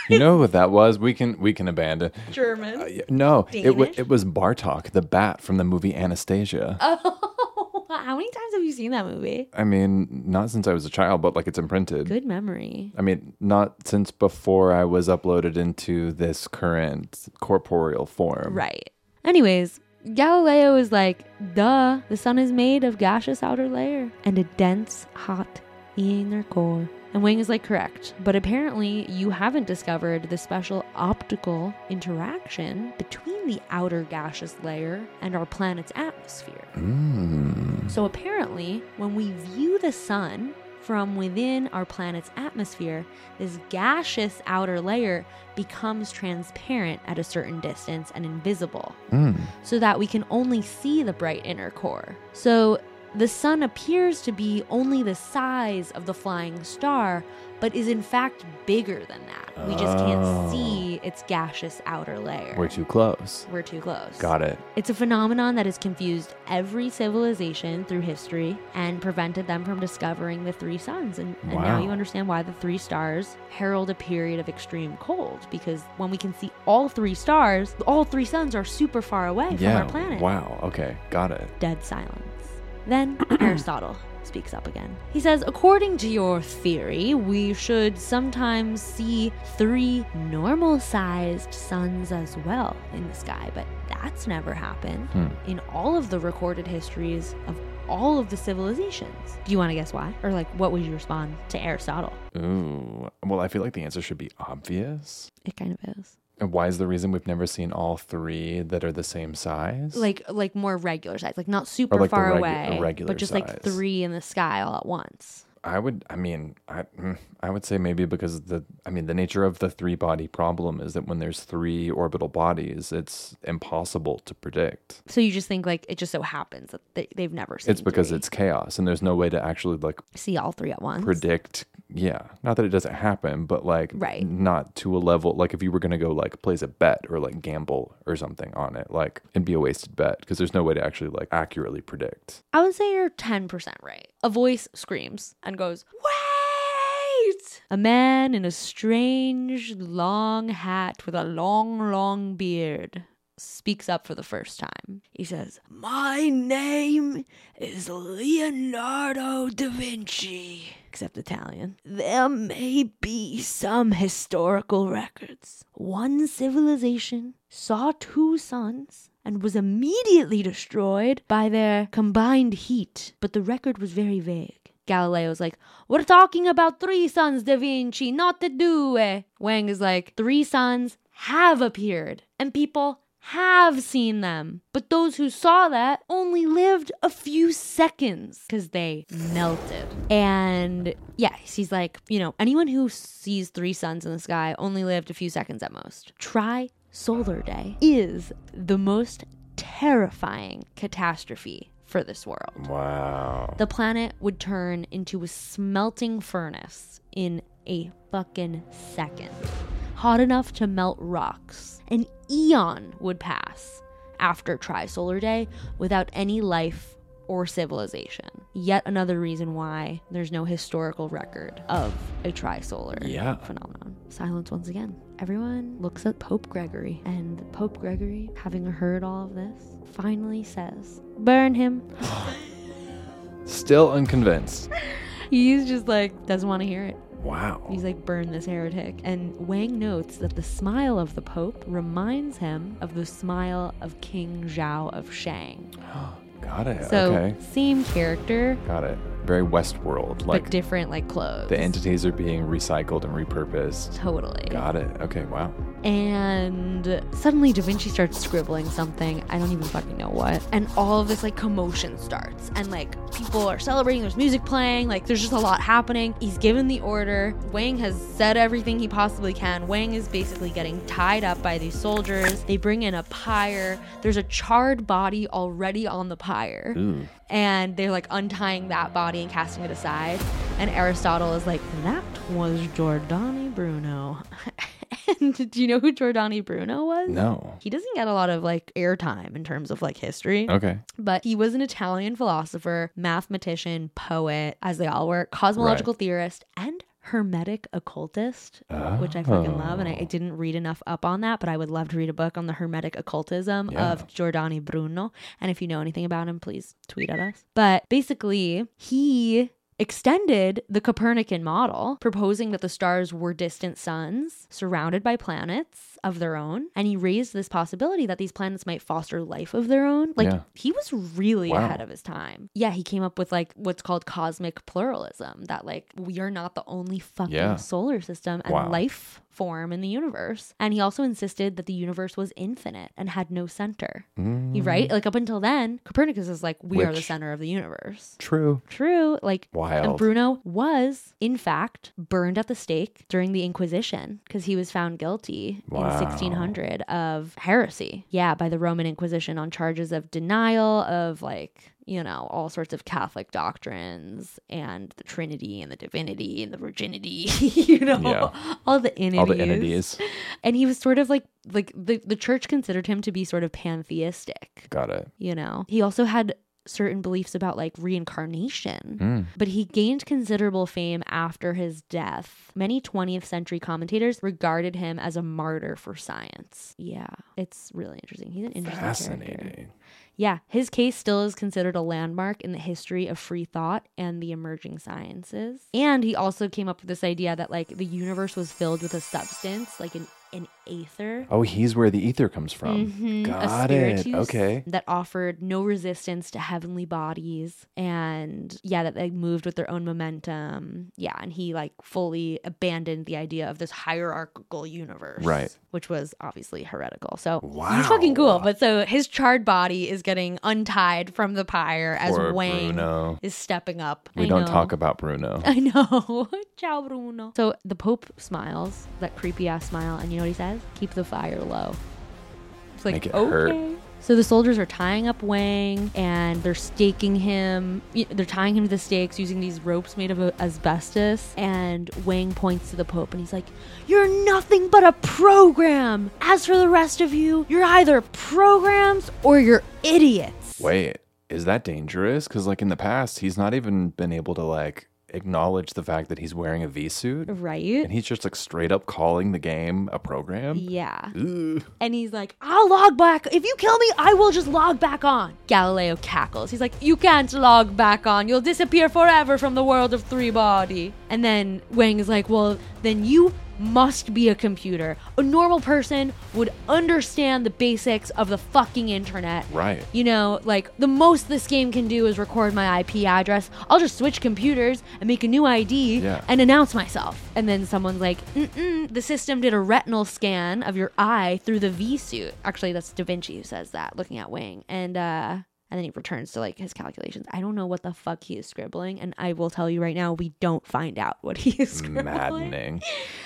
F: You know what that was? We can we can abandon.
B: German.
F: Uh, y- no, it wa
B: Danish?
F: it was Bartok, the bat from the movie Anastasia.
B: Oh, how many times have you seen that movie?
F: I mean, not since I was a child, but like it's imprinted.
B: Good memory.
F: I mean, not since before I was uploaded into this current corporeal
A: Um,
F: form.
B: Right. Anyways, Galileo is like, duh, the sun is made of gaseous outer layer and a dense, hot inner core. And Wing is like, correct. But apparently, you haven't discovered the special optical interaction between the outer gaseous layer and our planet's atmosphere.
F: Mm.
B: So apparently, when we view the sun from within our planet's atmosphere, this gaseous outer layer becomes transparent at a certain distance and invisible,
F: Mm.
B: so that we can only see the bright inner core. So the sun appears to be only the size of the flying star, but is in fact bigger than that. We just
F: Oh.
B: can't see its gaseous outer layer.
F: We're too close.
B: We're too close.
F: Got it.
B: It's a phenomenon that has confused every civilization through history and prevented them from discovering the three suns. And, and now
F: Wow.
B: you understand why the three stars herald a period of extreme cold because when we can see all three stars, all three suns are super far away
F: yeah.
B: from our planet.
F: Wow. Okay. Got it.
B: Dead silence. Then Aristotle speaks up again. He says, according to your theory, we should sometimes see three normal sized suns as well in the sky, but that's never happened
F: Hmm.
B: in all of the recorded histories of all of the civilizations. Do you want to guess why? Or like what would you respond to Aristotle?
F: Ooh. Well, I feel like the answer should be obvious.
B: It kind of is.
A: And why is the reason we've never seen all three that are the same size?
B: like like more regular size, like not super
A: like the
B: far
A: regu-
B: away,
A: a regular
B: but just
A: size.
B: like three in the sky all at once.
A: I would, I mean, I, mm, I would say maybe because the, I mean, the nature of the three body problem is that when there's three orbital bodies, it's impossible to predict.
B: So you just think like it just so happens that they, they've never seen.
A: It's because
B: three.
A: it's chaos and there's no way to actually like
B: see all three at once.
A: predict. Yeah. Not that it doesn't happen, but like,
B: Right.
A: not to a level, like if you were going to go like place a bet or like gamble or something on it, like it'd be a wasted bet because there's no way to actually like accurately predict.
B: I would say you're ten percent right. A voice screams and goes, "Wait!" A man in a strange long hat with a long, long beard speaks up for the first time. He says, "My name is Leonardo da Vinci." Except Italian. There may be some historical records. One civilization saw two suns and was immediately destroyed by their combined heat, but the record was very vague. Galileo's like, We're talking about three suns, Da Vinci, not the due. Wang is like, Three suns have appeared, and people have seen them. But those who saw that only lived a few seconds because they melted. And yeah, he's like, You know, anyone who sees three suns in the sky only lived a few seconds at most. Try Solar Day is the most terrifying catastrophe for this world.
A: Wow.
B: The planet would turn into a smelting furnace in a fucking second, hot enough to melt rocks. An eon would pass after Trisolar Day without any life or civilization. Yet another reason why there's no historical record of a trisolar
A: Yeah.
B: phenomenon. Silence once again. Everyone looks at Pope Gregory, and Pope Gregory, having heard all of this, finally says, Burn him,
A: Still unconvinced.
B: He's just like, doesn't want to hear it.
A: Wow.
B: He's like, burn this heretic. And Wang notes that the smile of the Pope reminds him of the smile of King Zhao of Shang.
A: Got it.
B: So,
A: okay.
B: same character,
A: Got it. Very Westworld. Like
B: but different, like, clothes.
A: the entities are being recycled and repurposed.
B: Totally.
A: Got it. Okay. Wow.
B: And suddenly Da Vinci starts scribbling something. I don't even fucking know what. And all of this like commotion starts. And like people are celebrating, there's music playing, like there's just a lot happening. He's given the order. Wang has said everything he possibly can. Wang is basically getting tied up by these soldiers. They bring in a pyre. There's a charred body already on the pyre.
A: Hmm.
B: And they're like untying that body and casting it aside. And Aristotle is like, that was Giordani Bruno. and do you know who Giordani Bruno was?
A: No.
B: He doesn't get a lot of like airtime in terms of like history,
A: Okay.
B: but he was an Italian philosopher, mathematician, poet, as they all were, cosmological theorist, and hermetic occultist, which I
A: Oh.
B: fucking love. And I, I didn't read enough up on that, but I would love to read a book on the hermetic occultism
A: Yeah.
B: of Giordani Bruno. And if you know anything about him, please tweet at us. But basically, he extended the Copernican model, proposing that the stars were distant suns surrounded by planets of their own. And he raised this possibility that these planets might foster life of their own. Like,
A: Yeah.
B: he was really
A: Wow.
B: ahead of his time. Yeah, he came up with like what's called cosmic pluralism that, like, we are not the only fucking
A: Yeah.
B: solar system and
A: Wow.
B: life form in the universe. And he also insisted that the universe was infinite and had no center. You Right? Like, up until then, Copernicus is like, we are the
A: Mm. Which-
B: center of the universe
A: True.
B: true. Like,
A: Wild.
B: And Bruno was, in fact, burned at the stake during the Inquisition because he was found guilty in
A: Wow.
B: 1600 of heresy. Yeah, by the Roman Inquisition on charges of denial of, like, you know, all sorts of Catholic doctrines and the Trinity and the divinity and the virginity, you know,
A: Yeah.
B: all the inities.
A: All the entities.
B: And he was sort of like, like the, the church considered him to be sort of pantheistic
A: Got it.
B: you know. He also had certain beliefs about like reincarnation,
A: Mm.
B: but he gained considerable fame after his death. Many 20th century commentators regarded him as a martyr for science. Yeah, it's really interesting. He's an interesting character.
A: Fascinating.
B: Yeah, his case still is considered a landmark in the history of free thought and the emerging sciences. And he also came up with this idea that like the universe was filled with a substance, like an an aether.
A: Oh, he's where the ether comes from.
B: Mhm, a
A: Got it.
B: spiritus
A: Okay.
B: That offered no resistance to heavenly bodies. And yeah, that they moved with their own momentum. Yeah. And he like fully abandoned the idea of this hierarchical universe.
A: Right.
B: Which was obviously heretical. So
A: Wow.
B: he's fucking cool. But so his charred body is getting untied from the pyre as
A: Poor
B: Wayne
A: Bruno.
B: is stepping up.
A: We
B: I
A: don't
B: know.
A: talk about Bruno.
B: I know. Ciao, Bruno. So the Pope smiles, that creepy ass smile, and you know what he says? Keep the fire low. It's like,
A: Make it
B: okay.
A: hurt.
B: So the soldiers are tying up Wang and they're staking him. y- They're tying him to the stakes using these ropes made of uh, asbestos. And Wang points to the Pope and he's like, You're nothing but a program. As for the rest of you, you're either programs or you're idiots.
A: Wait, is that dangerous? Because like in the past, he's not even been able to like acknowledge the fact that he's wearing a V suit,
B: Right?
A: and he's just like straight up calling the game a program.
B: Yeah.
A: Ooh.
B: And he's like, I'll log back. If you kill me, I will just log back on. Galileo cackles. He's like, You can't log back on. You'll disappear forever from the world of three body. And then Wang is like, Well, then you must be a computer. A normal person would understand the basics of the fucking internet.
A: Right.
B: You know, like the most this game can do is record my IP address. I'll just switch computers and make a new ID
A: Yeah.
B: and announce myself. And then someone's like, Mm-mm, the system did a retinal scan of your eye through the V suit. Actually, that's Da Vinci who says that, looking at Wing. And, uh, and then he returns to like his calculations. I don't know what the fuck he is scribbling, and I will tell you right now, we don't find out what he is scribbling.
A: Maddening.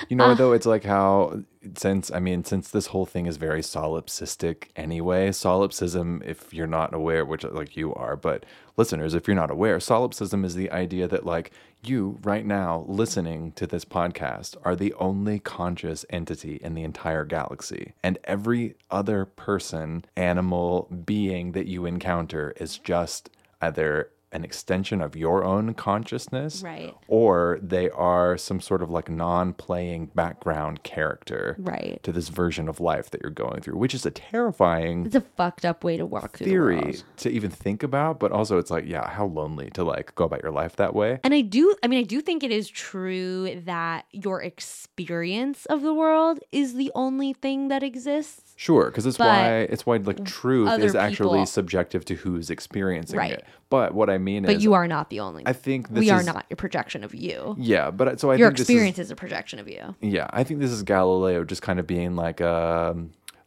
A: You know, though, it's like how since I mean, since this whole thing is very solipsistic anyway, solipsism, if you're not aware, which like you are, but listeners, if you're not aware, solipsism is the idea that like you right now listening to this podcast are the only conscious entity in the entire galaxy. And every other person, animal, being that you encounter is just either an extension of your own consciousness
B: Right.
A: or they are some sort of like non-playing background character
B: Right.
A: to this version of life that you're going through which is a terrifying
B: It's a fucked up way to walk through the
A: theory
B: world.
A: to even think about but also it's like yeah how lonely to like go about your life that way
B: And I do, I mean, I do think it is true that your experience of the world is the only thing that exists.
A: sure because it's
B: But
A: why it's why like truth
B: other
A: is actually
B: people-
A: subjective to who's experiencing
B: Right.
A: it but what i mean
B: But
A: is
B: you are not the only.
A: i think this
B: we are
A: is-
B: not your projection of you.
A: yeah but I- so i
B: your
A: think this is-
B: experience is, a projection of you.
A: Yeah, I think this is Galileo just kind of being like a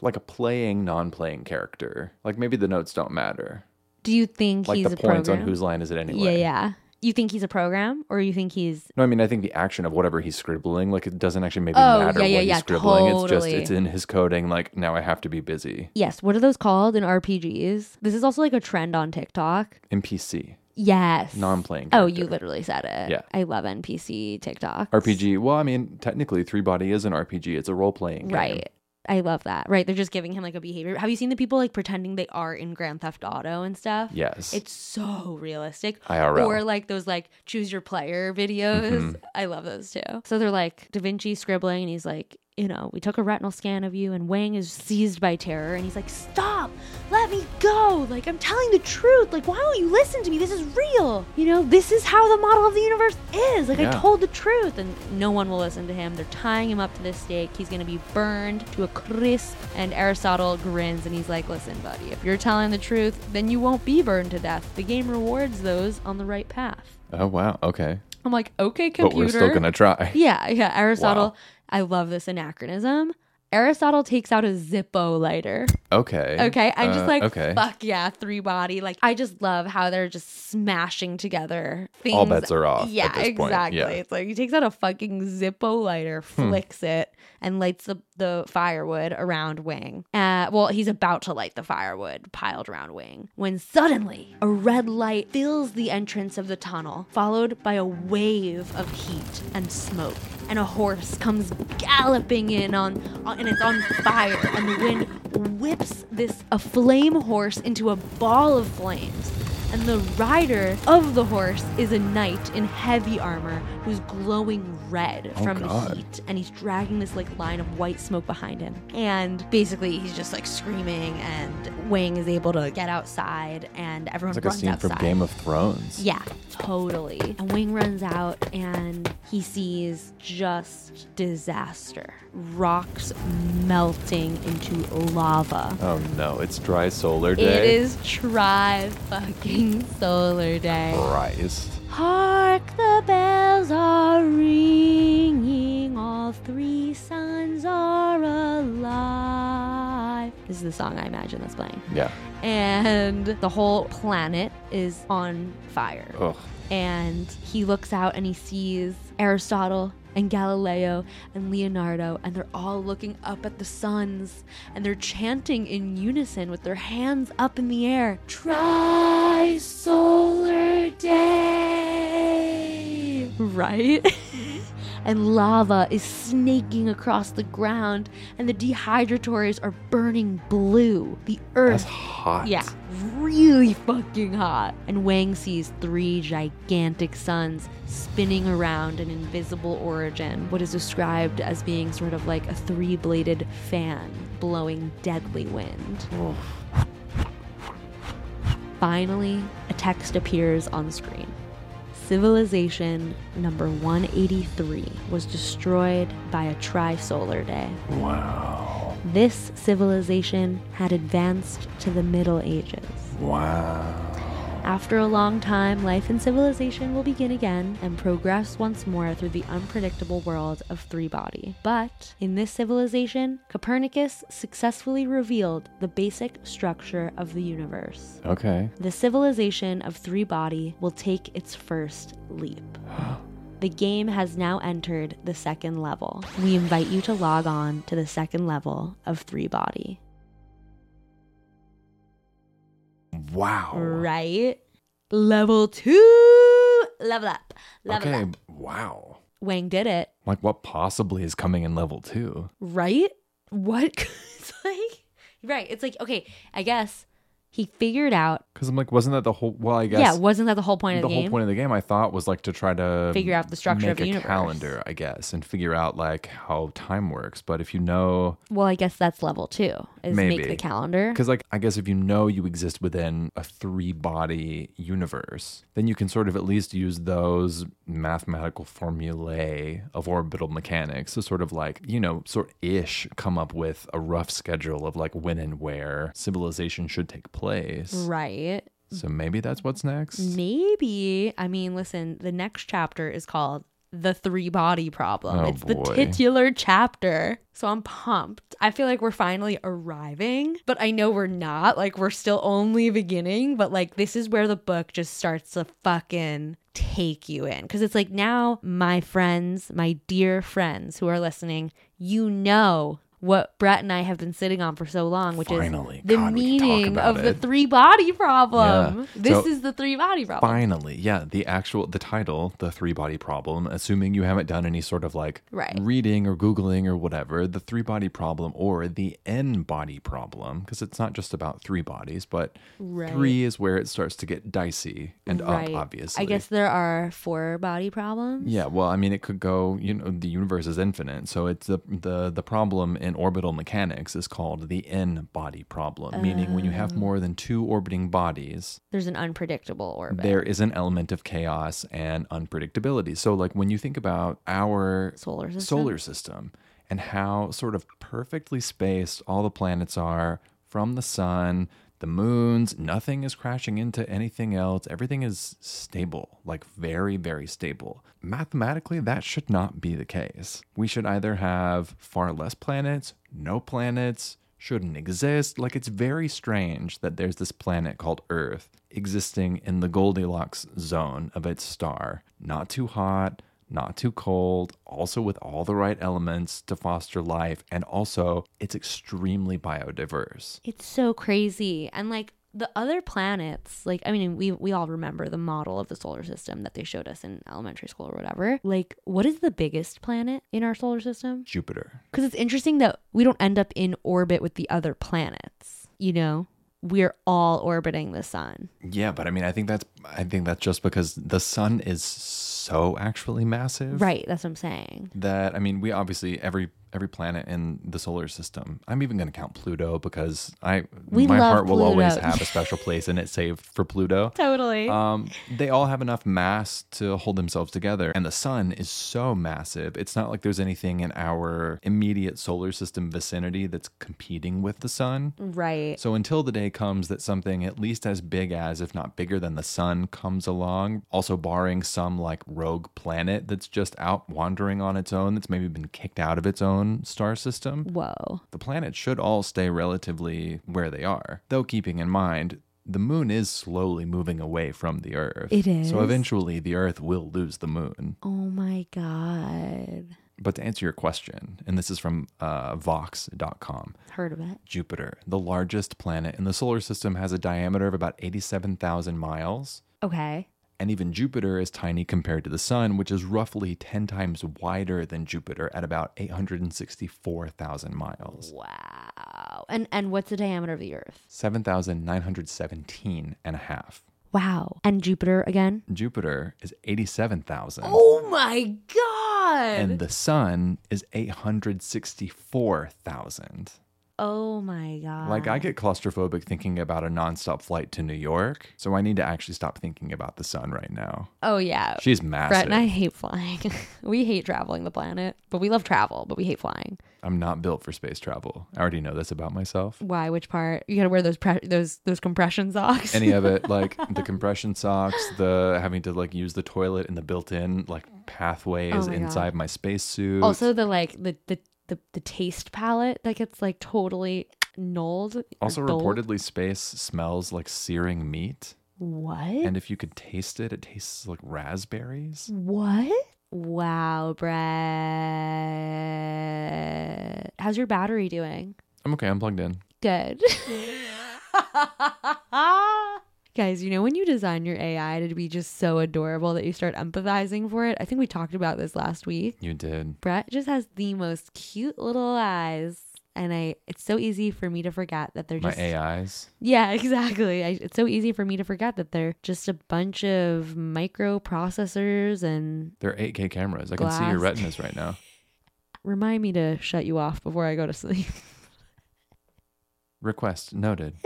A: like a playing non-playing character. Like maybe the notes don't matter.
B: Do you think
A: Like
B: he's
A: the
B: a
A: points
B: program?
A: on whose line is it
B: yeah,
A: anyway?
B: yeah. You think he's a program, or you think he's
A: No, I mean I think the action of whatever he's scribbling, like it doesn't actually maybe
B: Oh,
A: matter
B: yeah, yeah,
A: what
B: yeah,
A: he's scribbling. It's
B: totally.
A: just it's in his coding. Like now I have to be busy.
B: yes? What are those called in RPGs? This is also like a trend on TikTok.
A: NPC,
B: Yes.
A: non-playing.
B: Oh, you
A: character.
B: literally said it.
A: Yeah.
B: I love NPC TikTok.
A: RPG. Well, I mean technically Three Body is an RPG. It's a role-playing game.
B: Right. I love that. Right. They're just giving him like a behavior. Have you seen the people like pretending they are in Grand Theft Auto and stuff?
A: Yes.
B: It's so realistic.
A: IRL.
B: Or like those like choose your player videos.
A: Mm-hmm.
B: I love those too. So they're like Da Vinci scribbling and he's like, you know, we took a retinal scan of you and Wang is seized by terror and he's like, stop, let me go. Like, I'm telling the truth. Like, why won't you listen to me? This is real. You know, this is how the model of the universe is. Like, I
A: Yeah.
B: told the truth and no one will listen to him. They're tying him up to this stake. He's going to be burned to a crisp. And Aristotle grins and he's like, listen, buddy, if you're telling the truth, then you won't be burned to death. The game rewards those on the right path.
A: oh wow. Okay.
B: I'm like, okay,
A: But
B: computer.
A: we're still gonna try.
B: Yeah, yeah. Aristotle.
A: Wow.
B: I love this anachronism. Aristotle takes out a Zippo lighter.
A: Okay.
B: Okay. I'm
A: Uh,
B: just like,
A: okay.
B: fuck yeah, three body. Like, I just love how they're just smashing together things.
A: All bets are off at
B: Yeah,
A: this point. Yeah.
B: exactly. It's like he takes out a fucking Zippo lighter, flicks it, and lights the, the firewood around Wing. Uh, well, he's about to light the firewood piled around Wing when suddenly a red light fills the entrance of the tunnel, followed by a wave of heat and smoke. And a horse comes galloping in on, on and it's on fire, and the wind whips this a flame horse into a ball of flames and the rider of the horse is a knight in heavy armor who's glowing red from the
A: Oh, God.
B: heat, and he's dragging this like line of white smoke behind him. And basically, he's just like screaming, and Wang is able to get outside, and everyone
A: It's like a
B: runs
A: scene
B: outside.
A: from Game of Thrones.
B: Yeah, totally. And Wing runs out and he sees just disaster. Rocks melting into lava.
A: Oh no, it's dry solar
B: It
A: day.
B: is try fucking solar day.
A: Christ.
B: Hark, the bells are ringing. All three suns are alive. This is the song I imagine that's playing.
A: Yeah.
B: And the whole planet is on fire
A: Ugh.
B: and he looks out and he sees Aristotle and Galileo and Leonardo, and they're all looking up at the suns and they're chanting in unison with their hands up in the air. Try solar day, right? and lava is snaking across the ground, and the dehydrators are burning blue. The earth
A: That's hot.
B: yeah, really fucking hot. And Wang sees three gigantic suns spinning around an invisible origin, what is described as being sort of like a three bladed fan blowing deadly wind. Finally, a text appears on the screen. Civilization number 183 was destroyed by a tri-solar day.
A: Wow.
B: This civilization had advanced to the Middle Ages.
A: Wow.
B: After a long time, life and civilization will begin again and progress once more through the unpredictable world of Three Body. But in this civilization, Copernicus successfully revealed the basic structure of the universe.
A: Okay.
B: The civilization of Three Body will take its first leap. The game has now entered the second level. We invite you to log on to the second level of Three Body.
A: Oh, Wow.
B: Right? Level two, level up, level
A: okay.
B: up.
A: Wow.
B: Wang did it,
A: Like what possibly is coming in level two?
B: right? What? it's like, right. It's like, okay, I guess he figured out.
A: Because I'm like, wasn't that the whole? Well, I guess.
B: Yeah, wasn't that the whole point
A: the
B: of the
A: whole
B: game?
A: point of the game I thought was like to try to
B: Figure out the structure
A: make
B: of the
A: a
B: universe.
A: calendar, I guess, and figure out like how time works. But if you know,
B: well, I guess that's level two, is make
A: Maybe.
B: the calendar.
A: because like I guess if you know you exist within a three-body universe, then you can sort of at least use those mathematical formulae of orbital mechanics to sort of like you know sort ish come up with a rough schedule of like when and where civilization should take place.
B: Right.
A: So maybe that's what's next.
B: Maybe. I mean, listen, the next chapter is called The Three Body Problem.
A: Oh,
B: it's the
A: boy.
B: titular chapter. So I'm pumped. I feel like we're finally arriving, but I know we're not. Like, we're still only beginning, but like, this is where the book just starts to fucking take you in. Cause it's like now, my friends, my dear friends who are listening, you know. What Brett and I have been sitting on for so long, which
A: Finally.
B: is the
A: God, we could talk
B: meaning
A: about
B: of the
A: it.
B: three body problem.
A: Yeah.
B: This
A: So-
B: is the three body problem.
A: Finally, yeah, the actual the title, the three body problem, assuming you haven't done any sort of like
B: Right.
A: reading or googling or whatever, the three body problem or the n body problem because it's not just about three bodies, but
B: Right.
A: 3 is where it starts to get dicey and
B: Right.
A: up obviously.
B: I guess there are four body problems.
A: yeah, well, I mean, it could go. You know, the universe is infinite, so it's the the the problem in orbital mechanics is called the n-body problem, meaning when you
B: Oh.
A: have more than two orbiting bodies,
B: There's an unpredictable orbit.
A: there is an element of chaos and unpredictability. So, like when you think about our
B: Solar system?
A: solar system and how sort of perfectly spaced all the planets are from the sun, the moons, nothing is crashing into anything else. Everything is stable, like very, very stable. Mathematically, that should not be the case. We should either have far less planets, no planets, shouldn't exist. Like it's very strange that there's this planet called Earth existing in the Goldilocks zone of its star. Not too hot, not too cold, also with all the right elements to foster life, and also it's extremely biodiverse.
B: It's so crazy. And like the other planets, like I mean, we we all remember the model of the solar system that they showed us in elementary school or whatever. Like, what is the biggest planet in our solar system?
A: Jupiter.
B: Because it's interesting that we don't end up in orbit with the other planets. You know, we're all orbiting the sun.
A: Yeah, but I mean, I think that's I think that's just because the sun is so actually massive.
B: Right. That's what I'm saying.
A: That I mean, we obviously every every planet in the solar system. I'm even going to count Pluto because I
B: We
A: my
B: love
A: heart will always
B: Pluto.
A: have a special place in it saved for Pluto.
B: Totally.
A: Um, they all have enough mass to hold themselves together, and the sun is so massive. It's not like there's anything in our immediate solar system vicinity that's competing with the sun.
B: right.
A: So until the day comes that something at least as big as, if not bigger than the sun, comes along, also barring some like rogue planet that's just out wandering on its own, that's maybe been kicked out of its own star system,
B: Whoa.
A: the planets should all stay relatively where they are. Though keeping in mind, the moon is slowly moving away from the Earth.
B: It
A: So
B: is.
A: eventually the Earth will lose the moon.
B: Oh my God.
A: But to answer your question, and this is from uh, Vox.com.
B: Heard of it.
A: Jupiter, the largest planet in the solar system, has a diameter of about 87,000 miles.
B: Okay.
A: And even Jupiter is tiny compared to the Sun, which is roughly 10 times wider than Jupiter at about 864,000 miles,
B: Wow. And and what's the diameter of the Earth?
A: 7,917 and a half.
B: Wow. And Jupiter again?
A: Jupiter is 87,000.
B: Oh my God.
A: And the Sun is 864,000.
B: oh my God.
A: Like, I get claustrophobic thinking about a nonstop flight to New York. So I need to actually stop thinking about the sun right now.
B: Oh yeah.
A: She's massive.
B: Brett and I hate flying. we hate traveling the planet, but we love travel, but we hate flying.
A: I'm not built for space travel. I already know this about myself.
B: Why? Which part? You gotta wear those pre- those those compression socks.
A: Any of it, like the compression socks, the having to like use the toilet and the built-in like pathways
B: Oh my God.
A: inside my spacesuit.
B: also the like the, the the the taste palette that gets like totally nulled. or
A: also
B: dulled.
A: reportedly, space smells like searing meat,
B: What?
A: and if you could taste it, it tastes like
B: Mm.
A: raspberries.
B: what? Wow, Brett. How's your battery doing?
A: I'm okay. I'm plugged in.
B: Good. Guys, you know when you design your AI to be just so adorable that you start empathizing for it? I think we talked about this last week.
A: You did.
B: Brett just has the most cute little eyes. And I, it's so easy for me to forget that they're
A: My
B: just
A: AIs.
B: yeah, exactly. I, it's so easy for me to forget that they're just a bunch of microprocessors and
A: They're 8K cameras. I can see your
B: Glass.
A: retinas right now.
B: remind me to shut you off before I go to sleep.
A: Request noted.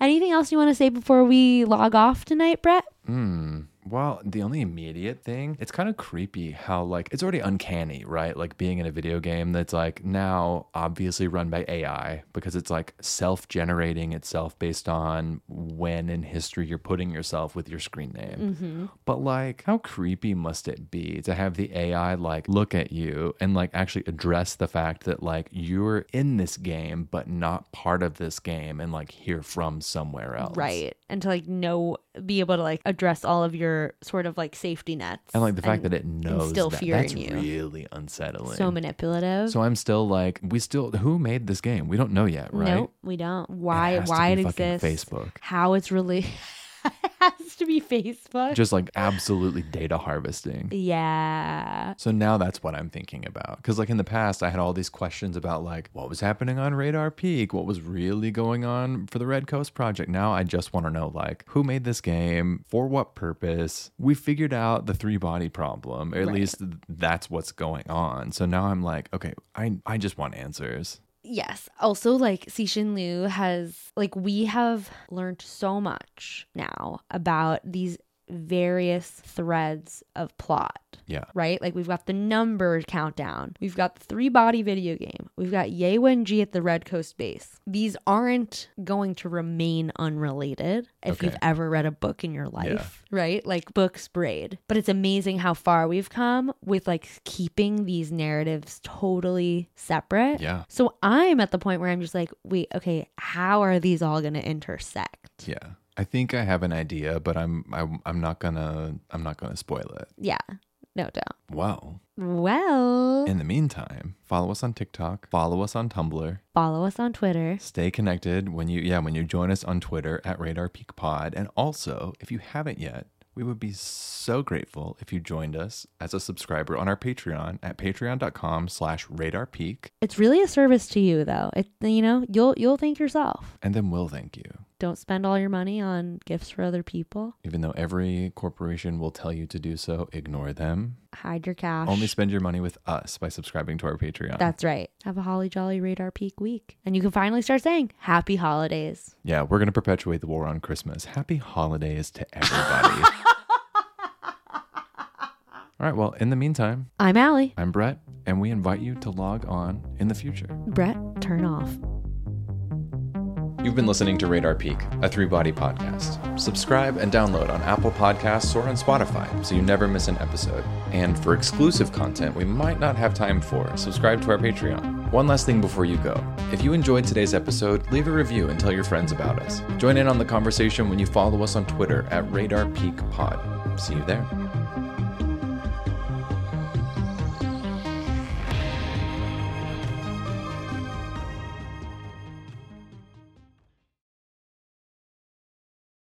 B: Anything else you want to say before we log off tonight, Brett?
A: Hmm. Well, the only immediate thing, it's kind of creepy how, like, it's already uncanny, right? Like, being in a video game that's, like, now obviously run by AI because it's, like, self generating itself based on when in history you're putting yourself with your screen name.
B: Mm. Mm-hmm.
A: But, like, how creepy must it be to have the AI, like, look at you and, like, actually address the fact that, like, you're in this game, but not part of this game and, like, here from somewhere else.
B: Right. And to like know, be able to like address all of your sort of like safety nets.
A: And like the fact that it knows
B: instill
A: that,
B: fear
A: that's
B: in you.
A: really unsettling.
B: so manipulative.
A: So I'm still like, we still who made this game? We don't know yet, right?
B: Nope, we don't. Why?
A: has to
B: why it
A: be fucking
B: exists?
A: Facebook.
B: How it's really it has to be Facebook.
A: Just like absolutely data harvesting.
B: yeah.
A: So now that's what I'm thinking about. Because like in the past, I had all these questions about like what was happening on Radar Peak, what was really going on for the Red Coast Project. Now I just want to know like who made this game, for what purpose. We figured out the three body problem. Or at least that's what's going on. So now I'm like, okay, I I just want answers.
B: Yes. Also, like Cixin Liu has, like, we have learned so much now about these various threads of plot.
A: Yeah.
B: Right? Like, we've got the number countdown, we've got the three body video game, we've got Ye Wen Ji at the Red Coast base. These aren't going to remain unrelated if
A: Okay.
B: you've ever read a book in your life, right? Like, books braid. But it's amazing how far we've come with like keeping these narratives totally separate.
A: Yeah.
B: So I'm at the point where I'm just like, wait, okay, how are these all going to intersect?
A: Yeah. I think I have an idea, but I'm I'm, I'm not gonna I'm not gonna spoil it.
B: Yeah, no doubt.
A: Well,
B: Well,
A: in the meantime, follow us on TikTok, follow us on Tumblr,
B: follow us on Twitter.
A: stay connected when you yeah when you join us on Twitter at Radar Peak Pod, and also if you haven't yet, We would be so grateful if you joined us as a subscriber on our Patreon at patreon.com slash radarpeak,
B: It's really a service to you though. It you know, you'll you'll thank yourself.
A: and then we'll thank you.
B: Don't spend all your money on gifts for other people.
A: Even though every corporation will tell you to do so, ignore them.
B: Hide your cash.
A: Only spend your money with us by subscribing to our Patreon.
B: That's right. Have a holly jolly radar peak week. And you can finally start saying happy holidays.
A: yeah, we're going to perpetuate the war on Christmas. Happy holidays to everybody. All right, well, in the meantime,
B: I'm Allie.
A: I'm Brett, and we invite you to log on in the future.
B: Brett, turn off.
A: You've been listening to Radar Peak, a three body podcast. Subscribe and download on Apple Podcasts or on Spotify so you never miss an episode. And for exclusive content we might not have time for, subscribe to our Patreon. One last thing before you go. If you enjoyed today's episode, leave a review and tell your friends about us. Join in on the conversation when you follow us on Twitter at Radar Peak Pod. See you there.